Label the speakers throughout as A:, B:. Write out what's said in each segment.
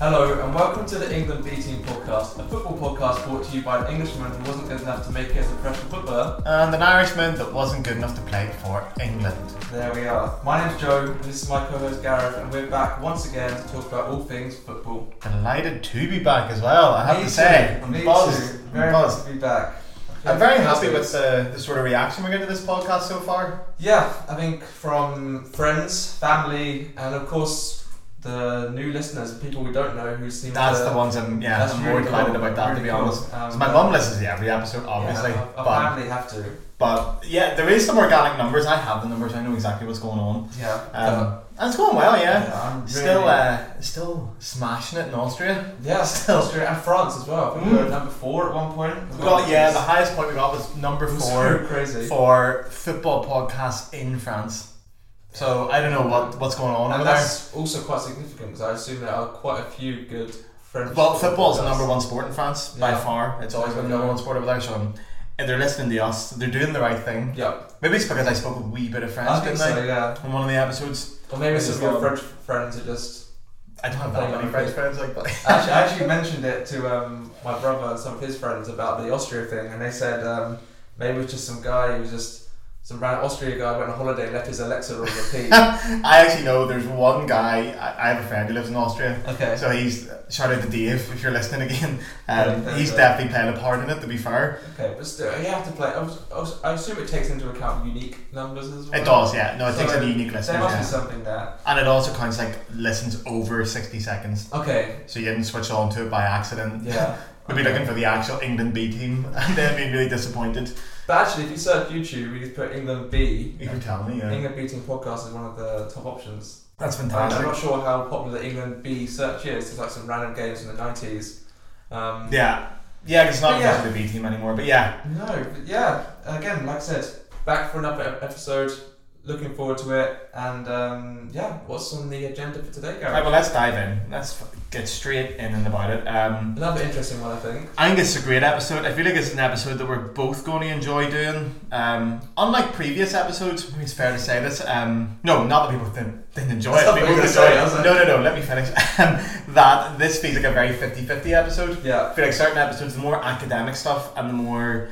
A: Hello and welcome to the England B Team podcast, a football podcast brought to you by an Englishman who wasn't good enough to make it as a professional footballer.
B: And an Irishman that wasn't good enough to play for England.
A: There we are. My name's Joe, and this is my co-host Gareth, and we're back once again to talk about all things football.
B: Delighted to be back as well, I have
A: Me
B: to say.
A: too.
B: I'm
A: Me
B: buzzed.
A: too.
B: I'm
A: Very
B: buzzed.
A: nice to be back.
B: I'm very
A: Feels
B: happy
A: good.
B: with the, the sort of reaction we're getting to this podcast so far.
A: Yeah, I think from friends, family, and of course the new listeners, people we don't know who seem
B: That's
A: to,
B: the ones I'm yeah
A: that's
B: I'm
A: really
B: more excited
A: cool.
B: about that to
A: Really
B: be
A: cool.
B: honest.
A: Um,
B: 'Cause my mum listens to every episode, obviously.
A: yeah, I,
B: but
A: family have to.
B: but yeah, there is some organic numbers. I have the numbers. I know exactly what's going on.
A: Yeah.
B: Um, and it's going well, yeah.
A: I'm really,
B: Still, uh, still smashing it in Austria.
A: yeah,
B: still-
A: Austria and France as well. I think we
B: Mm.
A: were at number four at one point.
B: We got yeah, the highest point we got was number
A: It was
B: four.
A: so crazy.
B: for football podcasts in France. So I don't know what, what's going on
A: And
B: over there.
A: that's also quite significant because I assume there are quite a few good French.
B: Well, football's the
A: podcasts.
B: number one sport in France by
A: Yeah.
B: far. It's always been the number one sport over there. So if they're listening to us, they're doing the right thing.
A: Yeah,
B: Maybe it's because I spoke a wee bit of French,
A: I think
B: didn't
A: so. Yeah,
B: I? In one of the episodes,
A: or maybe
B: This
A: some
B: is
A: of your
B: one.
A: French friends are just
B: I don't have
A: Thank
B: that many
A: you.
B: French friends like that.
A: actually, I actually mentioned it to um, my brother and some of his friends about the Austria thing, and they said um, maybe it was just some guy who was just some random Austria guy went on holiday and left his Alexa on repeat.
B: I actually know there's one guy. I, I have a friend who lives in Austria.
A: okay.
B: So he's shout out to Dave if you're listening again. Um,
A: Yeah,
B: he's
A: yeah.
B: definitely playing a part in it. To be fair,
A: Okay, but still, you have to play. I, was, I, was, I assume it takes into account unique numbers as well.
B: it does. Yeah, no, it
A: So
B: takes a unique
A: There
B: listeners.
A: must
B: yeah.
A: be something there.
B: And it also counts like listens over 60 seconds.
A: Okay.
B: So you didn't switch on to it by accident.
A: Yeah.
B: We'd be looking for the actual England B team and then be really disappointed.
A: But actually, if you search YouTube, we just put England B.
B: You can tell me, yeah.
A: England B team podcast is one of the top options.
B: That's
A: I'm
B: fantastic.
A: not sure how popular the England B search is. It's like some random games in the 90s. Um,
B: Yeah. Yeah, 'cause it's not
A: But yeah.
B: officially the B team anymore, but yeah.
A: No, but yeah, again, like I said, back for another ep- episode. Looking forward to it, and um, yeah, what's on the agenda for today,
B: Right,
A: Gary?
B: well, let's dive in. Let's f- get straight in and about it. Um,
A: Another interesting one, I think.
B: I think it's a great episode. I feel like it's an episode that we're both going to enjoy doing. Um, unlike previous episodes, I mean, it's fair to say this. Um, no, not that people didn't, didn't enjoy
A: That's
B: it.
A: not
B: People
A: what you were
B: enjoyed
A: saying,
B: it.
A: was it?
B: No, no, no, let me finish. Um, that this feels like a very 50 50 episode.
A: Yeah,
B: I feel like certain episodes, the more academic stuff and the more,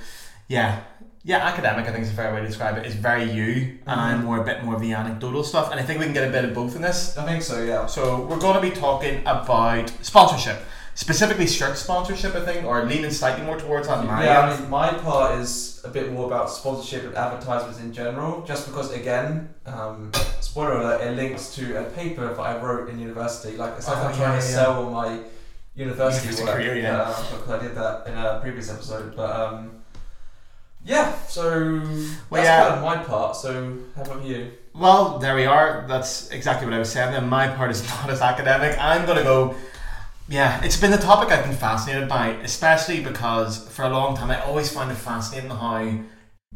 B: yeah, yeah, academic. I think is a fair way to describe it. Is very you, and I'm
A: Mm-hmm.
B: more a bit more of the anecdotal stuff. And I think we can get a bit of both in this.
A: I think so. Yeah,
B: So we're going to be talking about sponsorship, specifically shirt sponsorship, I think, or leaning slightly more towards that. my um,
A: yeah.
B: end.
A: I mean, my part is a bit more about sponsorship and advertisements in general, just because again, um, spoiler alert, it links to a paper that I wrote in university. Like it's like
B: Oh,
A: I'm trying to
B: yeah, yeah.
A: sell my university
B: University
A: work
B: career, yeah.
A: uh, because I did that in a previous episode, but. Um, yeah, so
B: Well,
A: that's
B: yeah.
A: kind of my part. So how about you?
B: Well, there we are. That's exactly what I was saying. Then my part is not as academic. I'm going to go. Yeah, it's been a topic I've been fascinated by, especially because for a long time I always found it fascinating how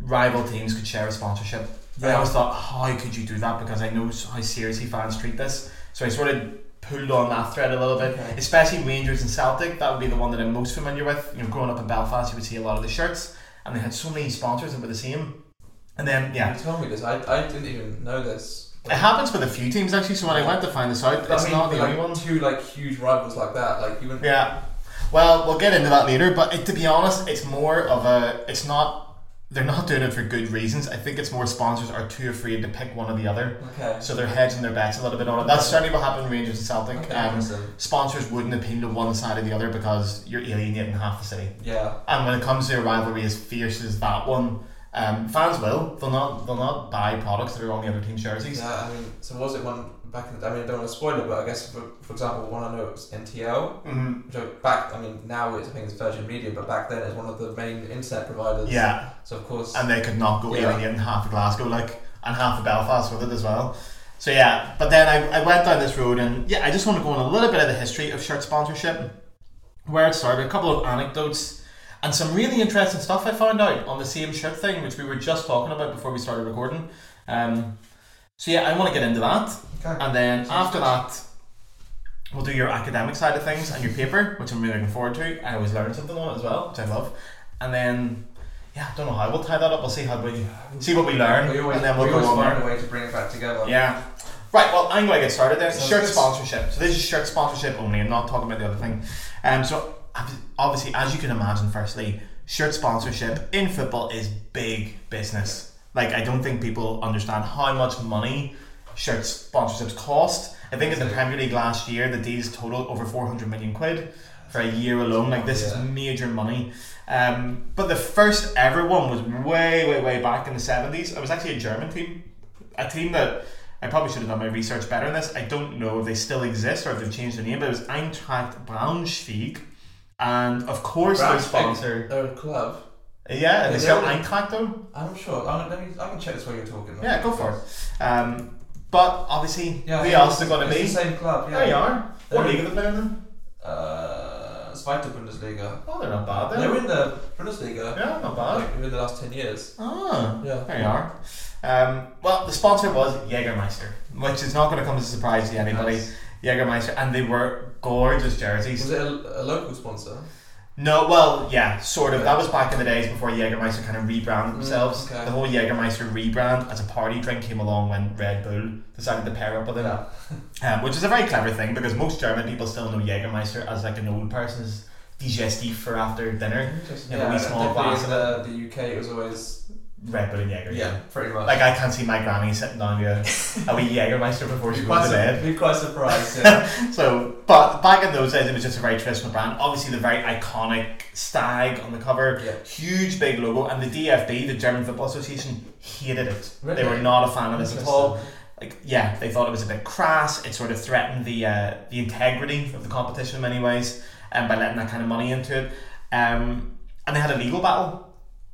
B: rival teams could share a sponsorship. I
A: Um,
B: always thought, how could you do that? Because I know how seriously fans treat this. So I sort of pulled on that thread a little bit.
A: Okay.
B: Especially Rangers and Celtic, that would be the one that I'm most familiar with. You know, growing up in Belfast, you would see a lot of the shirts, and they had so many sponsors that were the same. And then, yeah,
A: You told me this. I, I didn't even know this.
B: it happens with a few teams actually. So when I went to find this out,
A: But
B: it's
A: I mean,
B: not the
A: like,
B: only one.
A: Two like huge rivals like that. Like you wouldn't.
B: Yeah. Well, we'll get into that later. But it, to be honest, it's more of a. It's not. They're not doing it for good reasons. I think it's more sponsors are too afraid to pick one or the other.
A: Okay.
B: So they're hedging their bets a little bit on it. That's certainly what happened with Rangers and Celtic.
A: Okay,
B: Um,
A: interesting.
B: sponsors wouldn't appeal to one side or the other because you're alienating half the city.
A: Yeah.
B: And when it comes to a rivalry as fierce as that one, um, fans will. They'll not. They'll not buy products that are on the other team's jerseys.
A: Yeah, I mean, so what was it one back in the, I mean, I don't want to spoil it, but I guess, for, for example, one I know it was NTL,
B: Mhm.
A: which I, back, I mean, now it's, I think it's Virgin Media, but back then it was one of the main internet providers.
B: Yeah, Um,
A: So, of course,
B: and they could not go
A: Yeah.
B: alienating half of Glasgow, like, and half of Belfast with it as well. So yeah, but then I, I went down this road, and yeah, I just want to go on a little bit of the history of shirt sponsorship, where it started, a couple of anecdotes, and some really interesting stuff I found out on the same shirt thing, which we were just talking about before we started recording. Um, so yeah, I want to get into that.
A: okay.
B: And then after that, we'll do your academic side of things and your paper, which I'm really looking forward to. I always learn something on it as well, which I love. And then, yeah, I don't know how. We'll tie that up. We'll see how we
A: Yeah.
B: see what we learn,
A: We always,
B: and then we'll
A: we
B: go
A: always
B: on
A: find
B: there.
A: a way to bring it back together.
B: Yeah. Right, well, I'm going to get started there.
A: Sounds
B: shirt
A: good.
B: sponsorship. So this is shirt sponsorship only. I'm not talking about the other thing. Um, so ob- obviously, as you can imagine, firstly, shirt sponsorship in football is big business. Like I don't think people understand how much money shirt sponsorships cost. I think in the Premier League last year, the deals totaled over 400 million quid for a year alone. Like this
A: Yeah.
B: is major money. Um, but the first ever one was way, way, way back in the 70s. It was actually a German team a team that I probably should have done my research better on this. I don't know if they still exist or if they've changed their name, but it was Eintracht Braunschweig. And of course, their
A: Braunschweig.
B: sponsor.
A: They're a club.
B: Yeah, they
A: Is
B: sell
A: that-
B: Eintracht though?
A: I'm sure. I'm, let me, I can check this while you're talking.
B: Yeah, go for it. Um, but obviously,
A: Yeah, I
B: who
A: think
B: else are
A: it's-
B: going to
A: it's
B: be?
A: the same club. Yeah.
B: There you are. What
A: They're-
B: league are they playing in?
A: Uh, Zweite Bundesliga.
B: Oh, they're not bad then.
A: They're in the Bundesliga.
B: Yeah, not bad.
A: Like, within the last ten years.
B: Ah,
A: Yeah.
B: There you are. Um, well, the sponsor was Jägermeister, which is not going to come as a surprise to anybody.
A: Nice.
B: Jägermeister, and they were gorgeous jerseys.
A: Was it a, a local sponsor?
B: No, well, yeah, sort of.
A: Okay.
B: That was back in the days before Jägermeister kind of rebranded
A: Mm,
B: themselves.
A: okay.
B: The whole Jägermeister rebrand as a party drink came along when Red Bull decided to pair up with it, um, which is a very clever thing because most German people still know Jägermeister as like an old person's digestif for after dinner.
A: Interesting.
B: Yeah, but we small
A: definitely
B: class.
A: in the, the UK, it was always
B: Red Bull and Jäger.
A: yeah, pretty much.
B: Like I can't see my granny sitting down with a wee Jägermeister before she
A: be
B: goes
A: quite,
B: to
A: sur-
B: bed.
A: be quite surprised. Yeah.
B: So, but back in those days, it was just a very traditional brand. Obviously, the very iconic stag on the cover.
A: yeah.
B: huge big logo and the DFB the German Football Association hated it they
A: Really?
B: were not a fan of this at all like yeah they thought it was a bit crass it sort of threatened the uh, the integrity of the competition in many ways and by letting that kind of money into it um, and they had a legal battle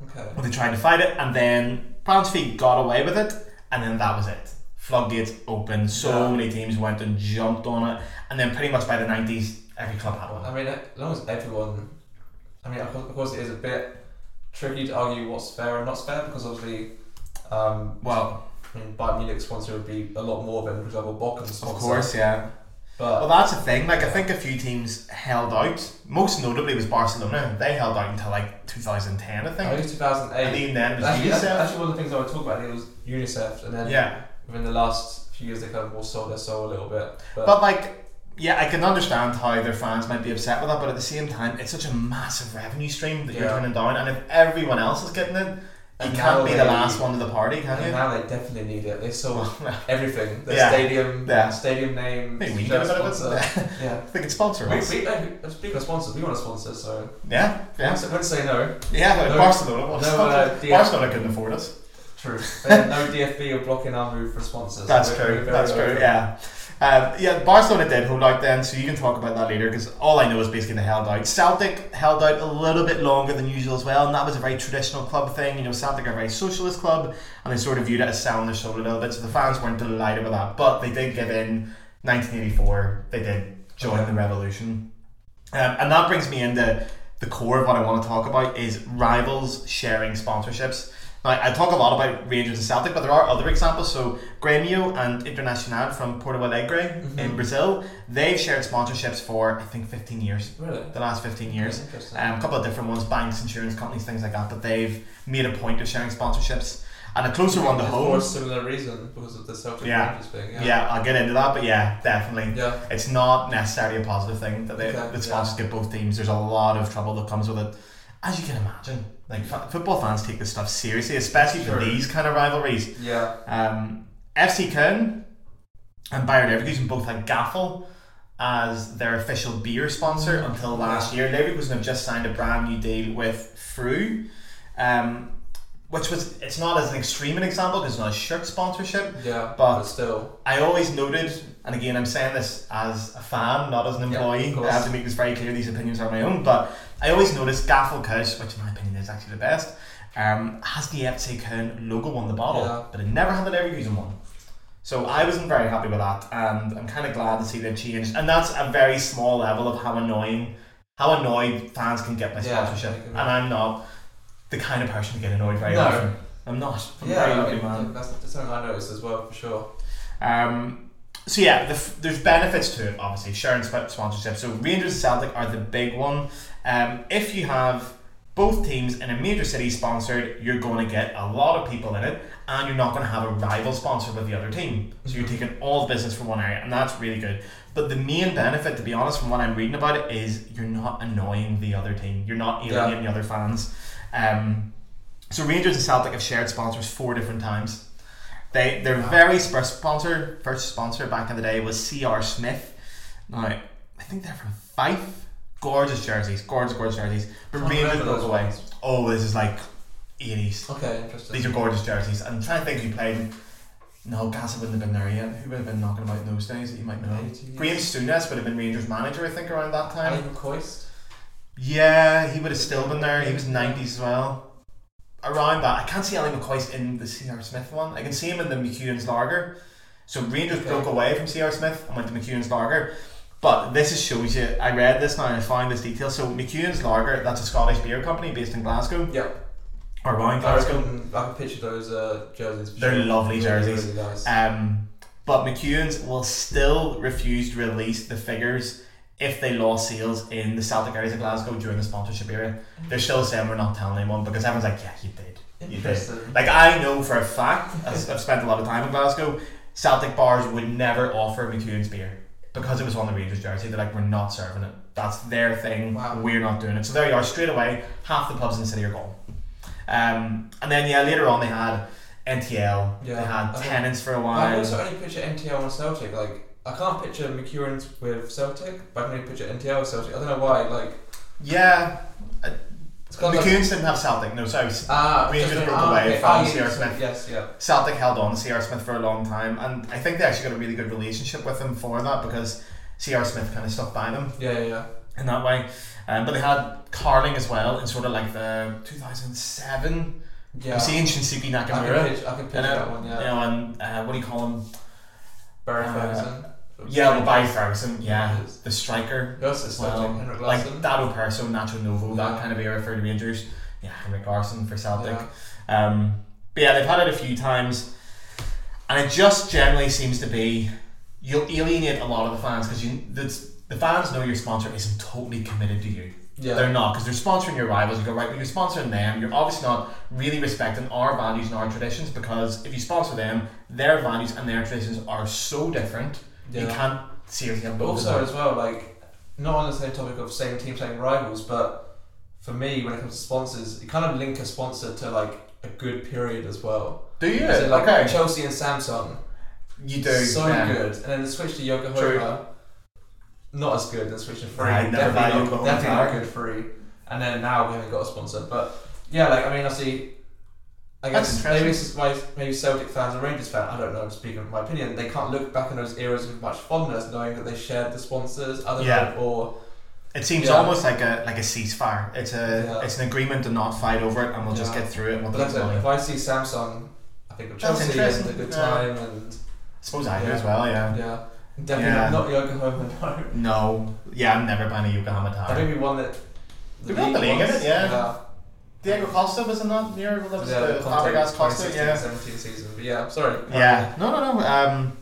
A: Okay.
B: where they tried to fight it and then Braunschweig got away with it and then that was it floodgates opened so
A: Yeah.
B: many teams went and jumped on it and then pretty much by the 90s every club had one
A: I mean, as long as everyone, I mean, of course, of course it is a bit tricky to argue what's fair and not fair because obviously, um,
B: well
A: I mean, Bayern Munich sponsor would be a lot more than, for example, Bochum sponsor.
B: of course yeah
A: But
B: Well, that's the thing. Like, I think a few teams held out. Most notably was Barcelona. They held out until like 2010, I
A: I think
B: think.
A: it was 2008.
B: And even then, it was
A: actually, that's-
B: UNICEF.
A: actually, one of the things I would talk about it was UNICEF, and then
B: yeah,
A: within the last few years, they kind of more sold their soul a little bit. But,
B: but like, yeah, I can understand how their fans might be upset with that. But at the same time, it's such a massive revenue stream that you're
A: Yeah.
B: turning down. And if everyone else is getting it, you
A: And
B: can't
A: now
B: be the
A: they-
B: last one to the party,
A: and
B: can
A: now they definitely need it. They sold
B: you?
A: everything. The
B: Yeah.
A: stadium,
B: Yeah.
A: stadium name,
B: Maybe we
A: shirt
B: can have a bit
A: sponsor.
B: of it.
A: yeah.
B: They could sponsor
A: We,
B: us.
A: we, uh, speaking of sponsors, we want a sponsor, so
B: Yeah, yeah,
A: so wouldn't say no.
B: yeah. But
A: No-
B: Barcelona, wants
A: no,
B: to sponsor
A: uh,
B: us.
A: the-
B: Barcelona couldn't afford us.
A: True. But no DFB are blocking our move for sponsors.
B: That's
A: We're-
B: true.
A: we're very
B: That's true.
A: open.
B: Yeah. Um, yeah, Barcelona did hold out then, so you can talk about that later because all I know is basically they held out. Celtic held out a little bit longer than usual as well, and that was a very traditional club thing. You know, Celtic are a very socialist club, and they sort of viewed it as selling their soul a little bit, so the fans weren't delighted with that. But they did give in 1984, they did join
A: Okay.
B: the revolution. Um, and that brings me into the core of what I want to talk about is rivals sharing sponsorships. Now, I talk a lot about Rangers and Celtic, but there are other examples. So, Grêmio and Internacional from Porto Alegre in
A: Mhm.
B: Brazil, they've shared sponsorships for, I think, 15 years,
A: Really?
B: the last 15 years.
A: Interesting.
B: Um, a couple of different ones, banks, insurance companies, things like that, but they've made a point of sharing sponsorships. And a closer one to
A: And
B: home.
A: For a similar reason, because of the Celtic
B: Yeah.
A: Rangers thing.
B: Yeah.
A: Yeah.
B: I'll get into that, but yeah, definitely
A: Yeah.
B: it's not necessarily a positive thing that they,
A: Okay,
B: the sponsors get both teams. There's a lot of trouble that comes with it, as you can imagine. Like fa- football fans take this stuff seriously, especially for
A: Sure.
B: these kind of rivalries.
A: Yeah.
B: Um, FC Köln and Bayer Leverkusen both had Gaffel as their official beer sponsor until last year. Leverkusen have just signed a brand new deal with Fru, um, which was it's not as an extreme an example because it's not a shirt sponsorship,
A: Yeah.
B: But-
A: But still.
B: I always noted, and again, I'm saying this as a fan, not as an
A: Yeah,
B: employee.
A: of course.
B: I have to make this very clear. These opinions are my own, but I always noticed Gaffel Coast, which in my opinion is actually the best, um, has the FC Kern logo on the bottle,
A: Yeah.
B: but it never had the Leverkusen one. So I wasn't very happy with that, and I'm kind of glad to see they've changed. And that's a very small level of how annoying, how annoyed fans can get by
A: Yeah,
B: sponsorship.
A: I agree.
B: and I'm not the kind of person to get annoyed very
A: No.
B: often. I'm not. I'm a
A: Yeah,
B: very
A: I
B: lovely
A: mean,
B: man.
A: that's, that's something I noticed as well, for sure.
B: Um, so yeah, the, f- there's benefits to it, obviously. Sharing sp- sponsorship. So Rangers and Celtic are the big one. Um, if you have Both teams in a major city sponsored, you're going to get a lot of people in it, and you're not going to have a rival sponsor with the other team. So you're taking all the business from one area, and that's really good. But the main benefit, to be honest, from what I'm reading about it, is you're not annoying the other team. You're not
A: Yeah.
B: alienating the other fans. Um, so Rangers and Celtic have shared sponsors four different times. They their very first sponsor, first sponsor back in the day was C.R. Smith. Now I think they're from Fife. Gorgeous jerseys, gorgeous, gorgeous jerseys. But
A: Can't
B: Rangers
A: remember
B: goes
A: those
B: away.
A: ones.
B: Oh, this is like eighties.
A: Okay, interesting.
B: These are gorgeous jerseys. I'm trying to think who played. No, Gaza wouldn't have been there yet. Who would have been knocking about in those days that you might know? Graham Souness would have been Rangers manager, I think, around that time.
A: Alan Coist.
B: Yeah, he would have still been there. He was 90s as well. Around that, I can't see Alan McCoy's in the CR Smith one. I can see him in the McEwen's Lager. So Rangers
A: Okay.
B: broke away from CR Smith and went to McEwen's Lager. But this is shows you, I read this now and I found this detail. So McEwen's Lager, that's a Scottish beer company based in Glasgow.
A: Yeah.
B: Or around
A: I
B: Glasgow.
A: reckon I can picture those uh, jerseys. for
B: They're
A: sure.
B: lovely
A: Really,
B: jerseys.
A: Really nice.
B: Um, but McEwen's will still refuse to release the figures if they lost sales in the Celtic areas of Glasgow during the sponsorship era. They're still saying we're not telling anyone because everyone's like, yeah, you did. You did.
A: Interesting.
B: Like, I know for a fact, as I've spent a lot of time in Glasgow, Celtic bars would never offer McEwen's beer because it was on the Rangers jersey. They're like, we're not serving it. That's their thing.
A: Wow.
B: We're not doing it. So there you are, straight away, half the pubs in the city are gone. Um, and then, yeah, later on they had NTL,
A: Yeah. Oh,
B: they had
A: I think-
B: tenants for a
A: I
B: while.
A: also only picture NTL and Celtic. Like I can't picture McEwen's with Celtic, but I can only picture NTL with Celtic. I don't know why. Like
B: Yeah,
A: it's kind of like,
B: McCoons didn't have Celtic. No, sorry, S-
A: ah,
B: Rangers
A: just-
B: broke
A: ah,
B: away
A: okay.
B: from
A: Ah, yeah,
B: C.R.
A: yes,
B: Smith.
A: Yes, yeah.
B: Celtic held on to C.R. Smith for a long time, and I think they actually got a really good relationship with him for that because C.R. Smith kind of stuck by them
A: Yeah, yeah, yeah.
B: in that way. Um, but they had Carling as well in sort of like the 2007.
A: yeah.
B: You see ancient Shinsuke
A: I can
B: Nakamura,
A: picture, I can picture
B: you know,
A: that one. Yeah,
B: you know, and uh, what do you call him?
A: Barry
B: Uh,
A: Ferguson.
B: Yeah, well, Barry Ferguson. Yeah,
A: Yes.
B: the striker.
A: Who else is Celtic?
B: Well,
A: Henrik
B: like
A: Larsson.
B: Dado Perso, Nacho Novo, that
A: Yeah.
B: kind of era for the Rangers. Yeah, Henrik Larsson for Celtic.
A: Yeah.
B: Um, but yeah, they've had it a few times, and it just generally seems to be you'll alienate a lot of the fans because you the, the fans know your sponsor isn't totally committed to you.
A: Yeah.
B: They're not because they're sponsoring your rivals. You go right, but you're sponsoring them. You're obviously not really respecting our values and our traditions because if you sponsor them, their values and their traditions are so different. You
A: Yeah.
B: can't seriously have
A: But
B: both. of them.
A: also as well, like not on the same topic of same team, same rivals, but for me, when it comes to sponsors, you kind of link a sponsor to like a good period as well.
B: do you?
A: So like
B: okay.
A: Chelsea and Samsung,
B: You do.
A: so
B: yeah.
A: good, and then the switch to Yokohama,
B: True.
A: not as good. Then switch to free,
B: Right, no, that
A: definitely, not,
B: Yokohama
A: definitely
B: tag.
A: not good free. And then now we haven't got a sponsor, but yeah, like I mean, I see. I
B: That's
A: guess
B: interesting.
A: maybe this is why maybe Celtic fans and Rangers fans, I don't know, I'm speaking of my opinion, they can't look back on those eras with much fondness knowing that they shared the sponsors, other
B: Yeah.
A: than or
B: It seems
A: Yeah.
B: almost like a like a ceasefire. It's a
A: Yeah.
B: it's an agreement to not fight over it, and we'll just
A: Yeah.
B: get through it. And we'll
A: but
B: take
A: that's
B: the
A: it.
B: money.
A: If I see Samsung, I think of
B: That's
A: Chelsea and the
B: interesting,
A: good
B: yeah.
A: time and
B: suppose I do
A: Yeah.
B: as well. Yeah.
A: yeah. Definitely
B: Yeah.
A: not Yokohama, no.
B: No. Yeah, I'm never buying a Yokohama
A: I
B: tire.
A: think we won that
B: We won the league,
A: once.
B: innit? Yeah. Diego Costa was in that year. Well, that was
A: Yeah,
B: the Fabregas Costa.
A: 2016,
B: Yeah.
A: 17 season. But yeah, I'm sorry.
B: Yeah. No, no, no. Um,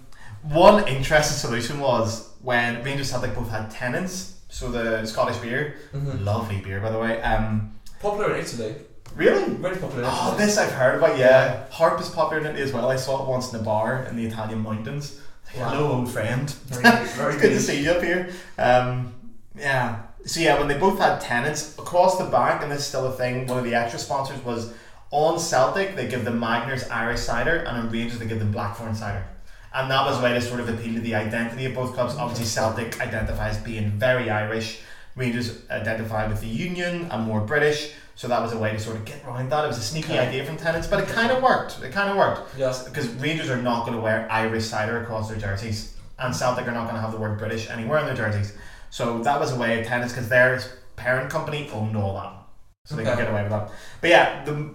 B: one interesting solution was when Rangers Celtic both had tenants. So the Scottish beer,
A: Mhm.
B: lovely beer by the way. Um,
A: Popular in Italy.
B: really
A: Really popular in Italy.
B: Oh, this I've heard about, yeah. Harp is popular in it as well. I saw it once in a bar in the Italian mountains.
A: Wow.
B: Hello, old friend.
A: Very good, very
B: It's good to
A: good.
B: see you up here. Um, yeah. So, yeah, when they both had tenants across the back, and this is still a thing, one of the extra sponsors was on Celtic, they give them Magners Irish cider, and on Rangers, they give them Blackthorn cider. And that was a way to sort of appeal to the identity of both clubs. Obviously, Celtic identifies being very Irish. Rangers identify with the Union and more British. So that was a way to sort of get around that. It was a sneaky
A: Okay.
B: idea from tenants, but it kind of worked. It kind of worked.
A: Yeah.
B: Because Rangers are not going to wear Irish cider across their jerseys, and Celtic are not going to have the word British anywhere on their jerseys. So that was a way of tenants because their parent company owned all that, so they could
A: Okay.
B: get away with that. But yeah, the,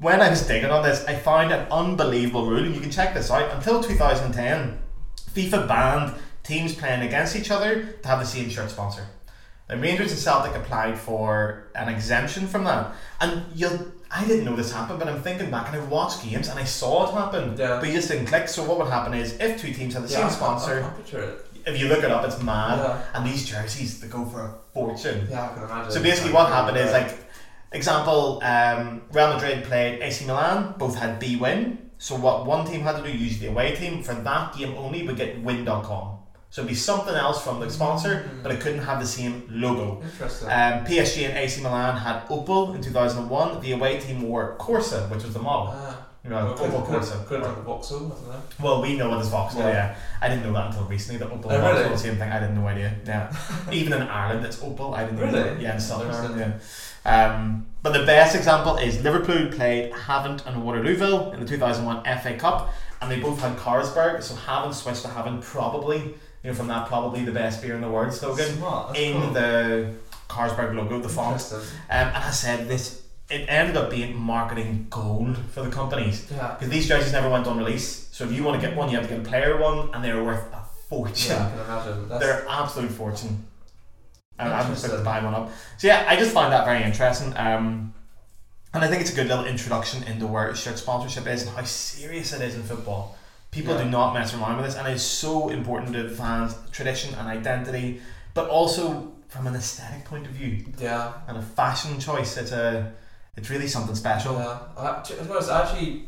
B: when I was digging on this, I found an unbelievable rule, and you can check this out. Until 2010, FIFA banned teams playing against each other to have the same shirt sponsor. The Rangers and Celtic applied for an exemption from that, and you'll. I didn't know this happened, but I'm thinking back and I watched games and I saw it happen.
A: Yeah.
B: But you just didn't click. So what would happen is if two teams had the
A: I
B: same
A: can- I
B: sponsor, Uh-huh.
A: can picture it.
B: if you look it up, it's mad.
A: Yeah.
B: And these jerseys, they go for a fortune.
A: Yeah, I can imagine.
B: So basically, what happened is like Example: um, Real Madrid played AC Milan. Both had B win. So what one team had to do, usually the away team, for that game only would get win.com. So it'd be something else from the sponsor,
A: Mhm.
B: but it couldn't have the same logo.
A: Interesting.
B: Um, PSG and AC Milan had Opel in 2001. The away team wore Corsa, which was the model.
A: ah,
B: You know,
A: could,
B: Opel Corsa.
A: could, could have done Vauxhall, I don't know.
B: Well, we know it as Vauxhall, yeah.
A: Yeah.
B: I didn't know that until recently, that Opel
A: Oh,
B: and Vauxhall
A: really?
B: the same thing. I didn't know idea. Yeah. Even in Ireland, it's Opel. I didn't know.
A: Really?
B: Yeah, in Southern
A: Interesting.
B: Ireland. Yeah. Um, but the best example is Liverpool played Havant and Waterlooville in the 2001 FA Cup, and they both had Carlsberg, so Havant switched to Havant probably, you know, from that probably the best beer in the world slogan,
A: Smart. That's
B: in
A: cool.
B: the Carlsberg logo, the font.
A: Interesting.
B: Um, and I said this, it ended up being marketing gold for the companies
A: Yeah.
B: because these jerseys never went on release. So if you want to get one, you have to get a player one, and they're worth a fortune.
A: Yeah, I can imagine. That's,
B: They're absolute fortune. And I'm just going to
A: Interesting.
B: buy one up. So yeah, I just find that very interesting. Um, and I think it's a good little introduction into where shirt sponsorship is and how serious it is in football. People
A: Yeah.
B: do not mess around with this, and it's so important to fans' tradition and identity, but also from an aesthetic point of view
A: yeah.
B: and a fashion choice. It's a, it's really something special.
A: Yeah, I, to be honest, I actually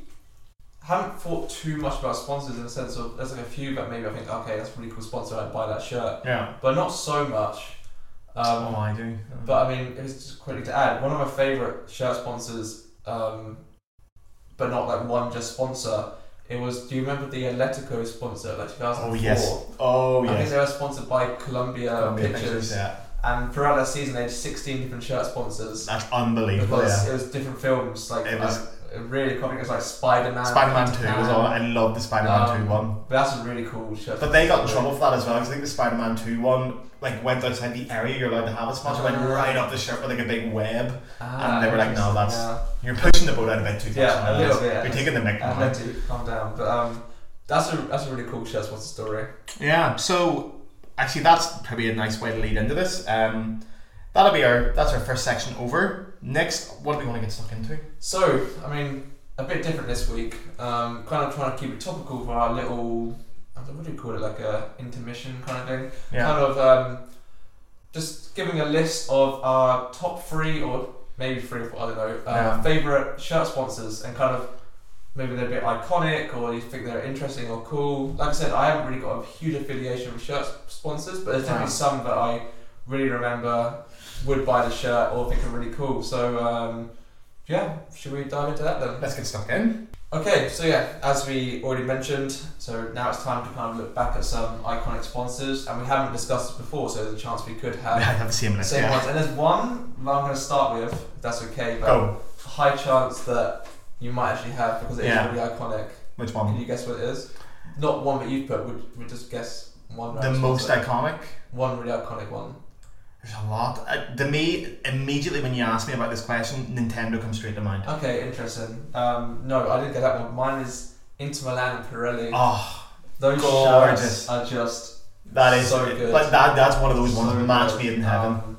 A: haven't thought too much about sponsors in the sense of there's like a few that maybe I think okay that's a really cool sponsor I'd buy that shirt,
B: Yeah.
A: but not so much.
B: oh,
A: Um,
B: I do.
A: but I mean, it was just quickly to add one of my favorite shirt sponsors, um, but not like one just sponsor. It was. Do you remember the Atletico sponsor, like 2004?
B: oh yes. Oh
A: I think
B: yes.
A: they were sponsored by Columbia,
B: Columbia
A: Pictures,
B: Yeah.
A: and throughout that season they had 16 different shirt sponsors.
B: That's
A: It
B: unbelievable.
A: was,
B: Yeah.
A: it was different films, like
B: It was-
A: uh, really comic. It was like Spider Man.
B: Spider-Man Two was on. I love the Spider-Man Two
A: Um,
B: one.
A: But that's a really cool shirt.
B: But they got in trouble for that as well because I think the Spider-Man Two one like went outside the area you're allowed to have a sponsor, went
A: Ah.
B: right up the shirt with like a big web.
A: Ah,
B: and they were like, no, that's-
A: yeah.
B: You're pushing the boat out a bit too much.
A: Yeah, a
B: now.
A: little bit. Uh-huh.
B: You're taking the mic.
A: I had to calm down. But um, that's a that's a really cool shirt sponsor story.
B: Yeah. So actually, that's probably a nice way to lead into this. Um, that'll be our that's our first section over. Next, what do we want to get stuck into?
A: So I mean, a bit different this week. Um, kind of trying to keep it topical for our little. I don't know, what do you call it? Like a intermission kind of thing.
B: Yeah.
A: Kind of um, just giving a list of our top three or maybe three or four, I don't know uh,
B: Yeah.
A: favorite shirt sponsors and kind of. Maybe they're a bit iconic, or you think they're interesting or cool. Like I said, I haven't really got a huge affiliation with shirt sponsors, but there's definitely
B: Yeah.
A: some that I really remember would buy the shirt or think are really cool. So um, yeah, should we dive into that then?
B: Let's get stuck in.
A: Okay, so yeah, as we already mentioned, so now it's time to kind of look back at some iconic sponsors, and we haven't discussed this before, so there's a chance we could
B: I
A: have
B: have the same
A: the
B: list.
A: Uh, same
B: Yeah.
A: ones. And there's one that I'm going to start with, if that's okay, but
B: Go.
A: high chance that you might actually have because it is
B: Yeah.
A: really iconic.
B: Which
A: Can
B: one?
A: you guess what it is? Not one that you've put, would we just guess one?
B: The
A: random
B: most
A: sponsor.
B: iconic.
A: One really iconic one.
B: There's a lot. Uh, to me, immediately when you asked me about this question, Nintendo comes straight to mind.
A: Okay, interesting. Um, no, I didn't get that one. Mine is Inter Milan and Pirelli.
B: Oh,
A: Those
B: gorgeous.
A: shouts are just
B: that is.
A: So good.
B: But that that's one of those
A: so
B: ones match
A: good.
B: made in heaven.
A: Um,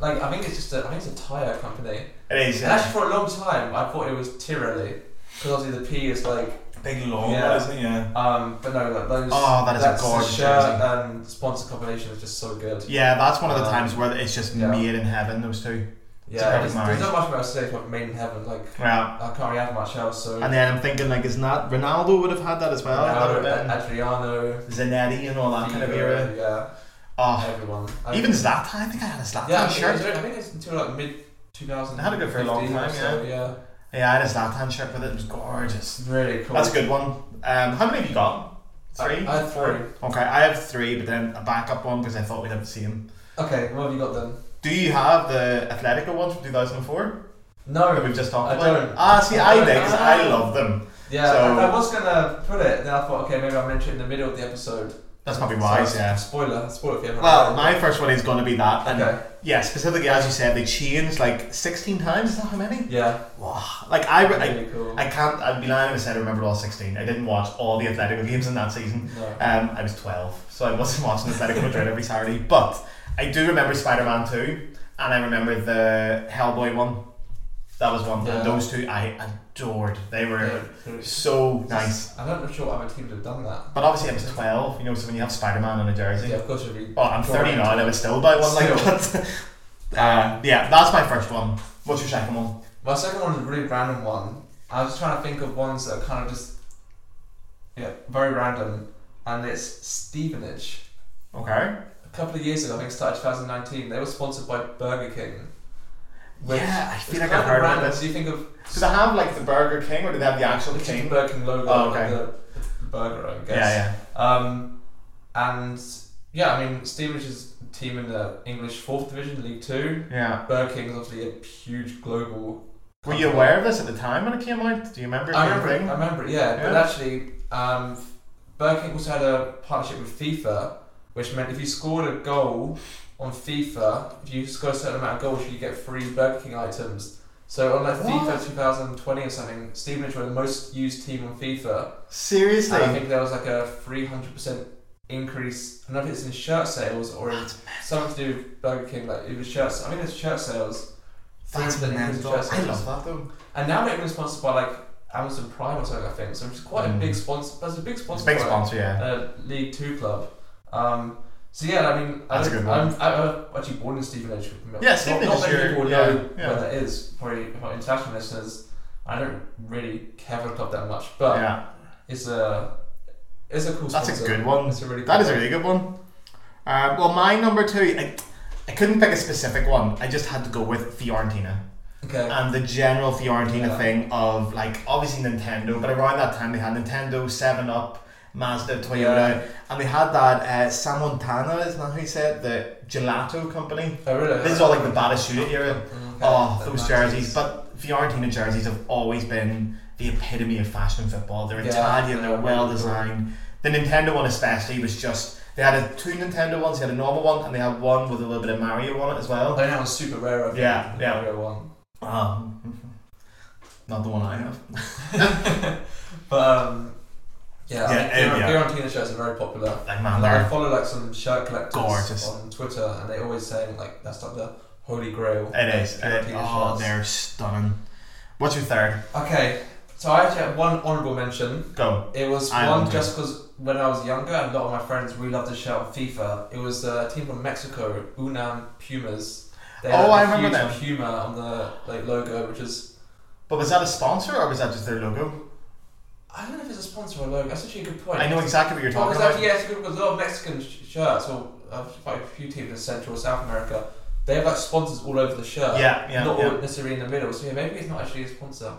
A: like I think it's just a, I think it's a tire company.
B: It is.
A: And
B: Yeah.
A: actually, for a long time, I thought it was Tirelli because obviously the P is like.
B: Big long.
A: Yeah.
B: one, isn't it? Yeah.
A: Um, but no, like those.
B: Oh, that is a
A: that's the
B: gorgeous
A: shirt
B: jersey.
A: and sponsor combination is just so good.
B: Yeah, that's one of the
A: Um,
B: times where it's just
A: yeah.
B: made in heaven. Those two. a
A: Yeah,
B: perfect
A: it's,
B: marriage.
A: there's not much about today like Made in Heaven. Like
B: Yeah.
A: I can't really have much else. So
B: And then I'm thinking like, isn't that Ronaldo would have had that as well?
A: Ronaldo,
B: That would have
A: Adriano,
B: been Zanetti and all that kind of era.
A: yeah,
B: Oh,
A: everyone. I
B: even
A: mean-
B: Zlatan. I think I had a Zlatan
A: Yeah,
B: shirt.
A: I think it's until like mid 2000.
B: I had a good for a long time,
A: So, yeah,
B: Yeah, I had a Zlatan shirt with it. It was gorgeous.
A: it's really cool.
B: That's a good one. Um, how many have you got? Three.
A: I, I had three.
B: Okay, I have three, but then a backup one because I thought we'd have the same.
A: Okay, what have you got then?
B: Do you have the Atletico ones from 2004 that
A: No.
B: we've just talked
A: I
B: about?
A: don't. Ah.
B: Ah, see, I
A: I
B: did
A: don't.
B: 'cause I love them.
A: Yeah,
B: So-
A: I, I was gonna put it, then I thought, okay, maybe I'll mention it in the middle of the episode.
B: That's probably wise,
A: So,
B: yeah.
A: Spoiler, spoiler if you haven't.
B: Well,
A: already.
B: my first one is going to be that. And
A: Okay.
B: yeah, specifically, as you said, they changed like 16 times. Is that how many?
A: Yeah.
B: Wow. Like, I, I,
A: really cool.
B: I can't, I'd be lying if I said I remembered all 16. I didn't watch all the Atletico games in that season.
A: no.
B: Um, I was 12, so I wasn't watching Atletico Madrid every Saturday. But I do remember Spider Man 2, and I remember the Hellboy one. That was one.
A: Yeah.
B: And those two I adored. They were
A: Yeah.
B: so nice.
A: I'm not sure what other teams have done that.
B: But obviously, I was 12, you know, so when you have Spider Man on a jersey.
A: Yeah, of course, it'd be.
B: Oh, I'm 30 now, and I would still buy one like
A: Still.
B: that. uh, yeah, that's my first one. What's your second one?
A: My second one is a really random one. I was trying to think of ones that are kind of just yeah, very random, and it's Stevenage.
B: Okay.
A: A couple of years ago, I think it started 2019. They were sponsored by Burger King. Which
B: yeah, I
A: is
B: feel like
A: kind
B: I've
A: of
B: heard about
A: random.
B: this.
A: So you think of
B: Did I have like the Burger King or did they have the actual
A: the
B: king?
A: chicken Burger King logo
B: Oh,
A: on
B: okay.
A: the, the burger, I guess.
B: Yeah,
A: Um, and yeah, I mean Stevenage is a team in the English Fourth Division, League Two.
B: yeah. Yeah.
A: Burger King is obviously a huge global.
B: Were
A: company.
B: you aware of this at the time when it came out? Do you remember? it
A: I
B: being a
A: remember. Uh, It,
B: thing?
A: I remember. It, yeah, but
B: Yeah.
A: actually, um, Burger King also had a partnership with FIFA, which meant if you scored a goal on FIFA, if you scored a certain amount of goals, you get free Burger King items. So on like
B: What?
A: FIFA 2020 or something, Stevenage were the most used team on FIFA.
B: Seriously?
A: And I think there was like a 300% increase. I don't know if it's in shirt sales or in something to do with Burger King. Like it was shirts. I mean, it's shirt sales.
B: That's
A: 300% increase in
B: mental.
A: shirt
B: I
A: sales.
B: love that though.
A: And now they're even sponsored by like Amazon Prime or something. I think so. It's quite
B: Mm.
A: a big sponsor. That's a big sponsor.
B: It's a big
A: for a-
B: sponsor, yeah.
A: A League Two club. Um, so yeah, I mean,
B: That's
A: I,
B: a good one.
A: I'm, I'm actually born in Stevenage.
B: Yeah,
A: not,
B: Stevenage
A: not
B: is
A: many
B: your-
A: people
B: yeah,
A: know
B: yeah.
A: where that is. Probably for international listeners, I don't really care for the club that much, but
B: yeah.
A: it's a it's a cool.
B: That's a
A: sponsor.
B: good one.
A: It's a really
B: That
A: cool
B: is a really good one. Uh, well, my number two, I, I couldn't pick a specific one. I just had to go with Fiorentina.
A: okay.
B: and the general Fiorentina
A: Yeah.
B: thing of like obviously Nintendo, but around that time they had Nintendo, Seven Up, Mazda, Toyota,
A: Yeah.
B: and they had that uh, Samontana, isn't that who said the gelato company?
A: I really Mm,
B: This is all like the Batasuda era.
A: Okay.
B: Oh,
A: That
B: those
A: matches.
B: jerseys! But Fiorentina jerseys have always been the epitome of fashion in football. They're
A: Yeah.
B: Italian, they're
A: Yeah.
B: well designed. The Nintendo one especially was just they had a, two Nintendo ones. They had a normal one, and they had one with a little bit of Mario on it as well.
A: They now are super rare. I think,
B: Yeah,
A: the
B: yeah.
A: Mario one.
B: Um, not the one I have.
A: But um, yeah,
B: Yeah,
A: I mean,
B: yeah.
A: Fior- Fiorentina shirts are very popular.
B: Like man,
A: Like,
B: they're
A: I follow like some shirt collectors
B: Gorgeous.
A: on Twitter, and they always say like that's like the holy grail.
B: It is.
A: of
B: It,
A: Fiorentina
B: oh,
A: shirts.
B: they're stunning. What's your third?
A: Okay, so I actually have one honourable mention.
B: Go.
A: It was
B: I
A: one
B: don't
A: just because when I was younger, a lot of my friends really loved to shout on FIFA. It was a team from Mexico, Unam Pumas. They had
B: Oh,
A: a
B: I remember
A: huge
B: them.
A: Puma on the like logo, which is
B: But was that a sponsor or was that just their logo?
A: I don't know if it's a sponsor or logo. That's actually a good point.
B: I know exactly what you're
A: Well,
B: talking
A: it's
B: about.
A: actually, yeah, it's good because a lot of Mexican sh- shirts, or uh, quite a few teams in Central and South America, they have like sponsors all over the shirt.
B: Yeah, yeah,
A: not all
B: yeah.
A: necessarily in the middle. So yeah, maybe it's not actually a sponsor.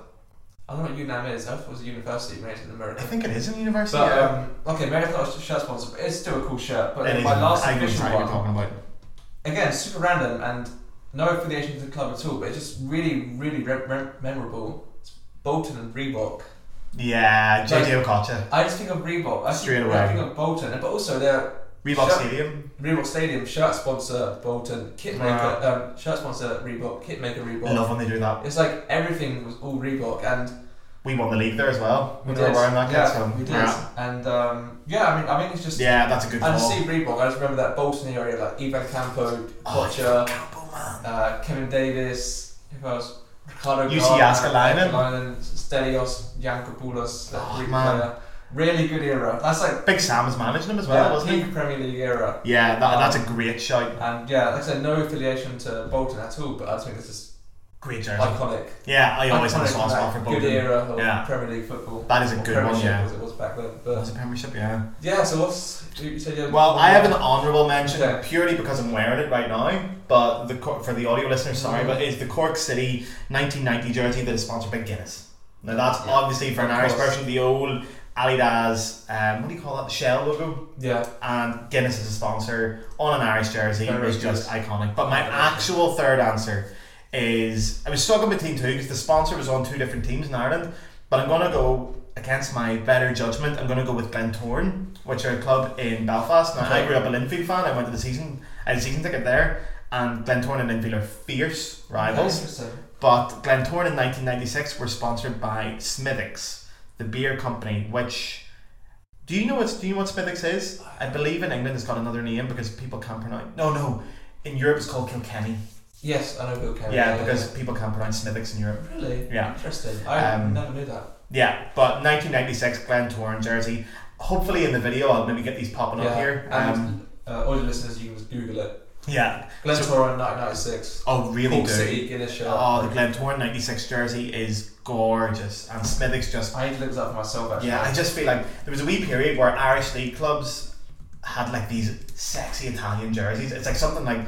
A: I don't know what UNAM is. I thought it was a university made in America.
B: I think it is in university.
A: But
B: yeah.
A: um, okay, maybe it's not a shirt sponsor, but it's still a cool shirt. But
B: It
A: then
B: is.
A: my last
B: I know
A: official
B: exactly what you're
A: one,
B: talking about.
A: again, super random and no affiliation to the club at all, but it's just really, really re- re- memorable. It's Bolton and Reebok.
B: Yeah, JJ Okocha.
A: I just think of Reebok. I
B: Straight
A: think,
B: away.
A: I think of Bolton, but also their
B: Reebok
A: Sure.
B: Stadium.
A: Reebok Stadium shirt sponsor Bolton, kit maker
B: Wow.
A: um, shirt sponsor Reebok, kit maker Reebok.
B: I love when they do that.
A: It's like everything was all Reebok, and
B: We won the league there as well.
A: we
B: We
A: did.
B: were wearing that kit,
A: yeah,
B: so
A: we did.
B: Yeah.
A: And um, yeah, I mean, I mean, it's just
B: Yeah, that's a good
A: I
B: call.
A: just see Reebok. I just remember that Bolton area, like Ivan Campo,
B: Oh,
A: Pocher,
B: Campbell, man.
A: uh, Kevin Davis, who else? Ricardo
B: UC Askalainen.
A: Askalainen, Stelios, Yankopoulos, that
B: Oh,
A: Greek
B: man.
A: player. Really good era. That's like
B: Big Sam was managing him as well,
A: yeah,
B: wasn't
A: peak
B: he?
A: Premier League era.
B: Yeah, that, that's a great shout.
A: And yeah, like I said, no affiliation to Bolton at all, but I just think this is
B: Great jersey.
A: iconic.
B: yeah, I always
A: iconic
B: had a soft spot for
A: like,
B: Bolton.
A: Good era of
B: Yeah.
A: Premier League football.
B: That is a
A: Or
B: good one,
A: Premiership,
B: yeah.
A: As it was back then. But
B: That's a premiership, yeah.
A: yeah, so what's you said? You had
B: Well,
A: one
B: I have an
A: more.
B: honourable mention
A: Okay.
B: purely because I'm wearing it right now. But the Cor- for the audio listeners, sorry,
A: Mhm.
B: but it's the Cork City 1990 jersey that is sponsored by Guinness. Now that's
A: Yeah.
B: obviously for an
A: Of
B: Irish
A: course.
B: person the old Adidas, um, what do you call that? The shell logo,
A: yeah.
B: and Guinness is a sponsor on an Irish jersey
A: Very
B: is
A: good.
B: just iconic. But my
A: Very good.
B: actual third answer is I was struggling between two because the sponsor was on two different teams in Ireland, but I'm gonna go against my better judgment. I'm gonna go with Glentorn, which are a club in Belfast. Now I
A: Okay.
B: grew up a Linfield fan. I went to the season. I had a season ticket there, and Glentorn and Linfield are fierce rivals.
A: Interesting.
B: But Glentorn in 1996 were sponsored by Smithwick's, the beer company, which. Do you know what's do you know what Smithwick's is? I believe in England it's got another name because people can't pronounce. No, no, in Europe it's called Kilkenny.
A: Yes, I know Bill Carey.
B: Yeah, because people can't pronounce Smithwick's in Europe.
A: Really?
B: Yeah.
A: Interesting. I
B: Um,
A: never knew that.
B: Yeah, but 1996 Glentorn jersey. Hopefully in the video I'll maybe get these popping up here.
A: And
B: Um,
A: uh, audio listeners, you can just Google it.
B: Yeah.
A: Glentoran 1996.
B: Oh, really
A: Cork
B: do.
A: City Guinness shirt.
B: Oh, the Glentoran 96 jersey is gorgeous. And Smithwick's just.
A: I need to look that up myself actually.
B: Yeah, I just feel like there was a wee period where Irish league clubs had like these sexy Italian jerseys. It's like something like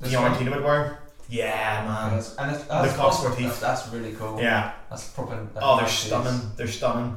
A: This
B: Fiorentina would wear. Yeah,
A: one?
B: man.
A: Yes. And it's, that's,
B: The Cox
A: proper-
B: motif.
A: that's really cool.
B: Yeah.
A: That's proper.
B: Oh, they're
A: that's nice.
B: stunning. They're stunning.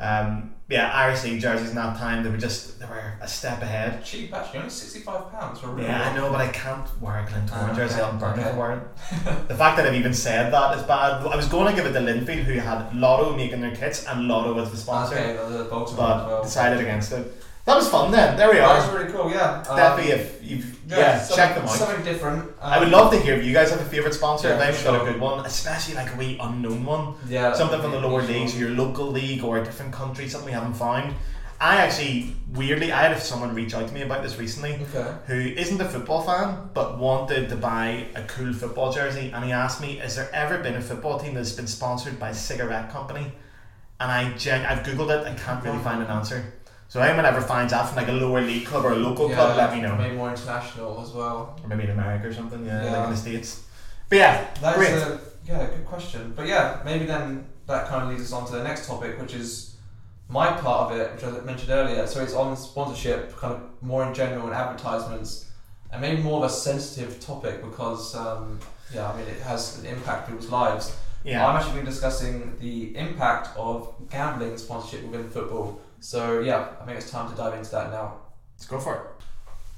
B: Um, yeah, Irish league jerseys in that time they were just they were a step ahead.
A: Cheap actually, only sixty-five pounds for a real.
B: Yeah, I know, but I can't wear a Glentoran
A: Ah,
B: jersey.
A: okay,
B: I'm burning
A: okay.
B: for wearing it. The fact that I've even said that is bad. I was going to give it to Linfield, who had Lotto making their kits, and Lotto was the sponsor,
A: Okay, the, the Baltimore
B: but
A: as well.
B: decided against it. That was fun. Then there we
A: That was
B: are.
A: really cool. Yeah. Um,
B: Definitely, if you've yeah,
A: something-
B: check them out.
A: Something different. Um,
B: I would love to hear if you guys have a favorite sponsor.
A: Yeah,
B: if I've got
A: sure.
B: a good one, especially like a wee unknown one.
A: um, Yeah.
B: something from the lower
A: Sure.
B: leagues, or your local league, or a different country, something we haven't found. I actually, weirdly, I had someone reach out to me about this recently
A: Okay.
B: who isn't a football fan but wanted to buy a cool football jersey, and he asked me, "Has there ever been a football team that's been sponsored by a cigarette company?" And I, gen- I've googled it, I can't really find an answer. So anyone ever finds out from like a lower league club or a local club, let me know,
A: Maybe more international as well.
B: or maybe in America or something, yeah,
A: Yeah.
B: like in the states. But yeah,
A: That's
B: Great.
A: a yeah, good question. But yeah, maybe then that kind of leads us on to the next topic, which is my part of it, which I mentioned earlier. So it's on sponsorship, kind of more in general, and advertisements, and maybe more of a sensitive topic because um, yeah, I mean it has an impact on people's lives.
B: yeah,
A: I'm actually been discussing the impact of gambling sponsorship within football. So yeah, I think it's time to dive into that now.
B: let's go for it.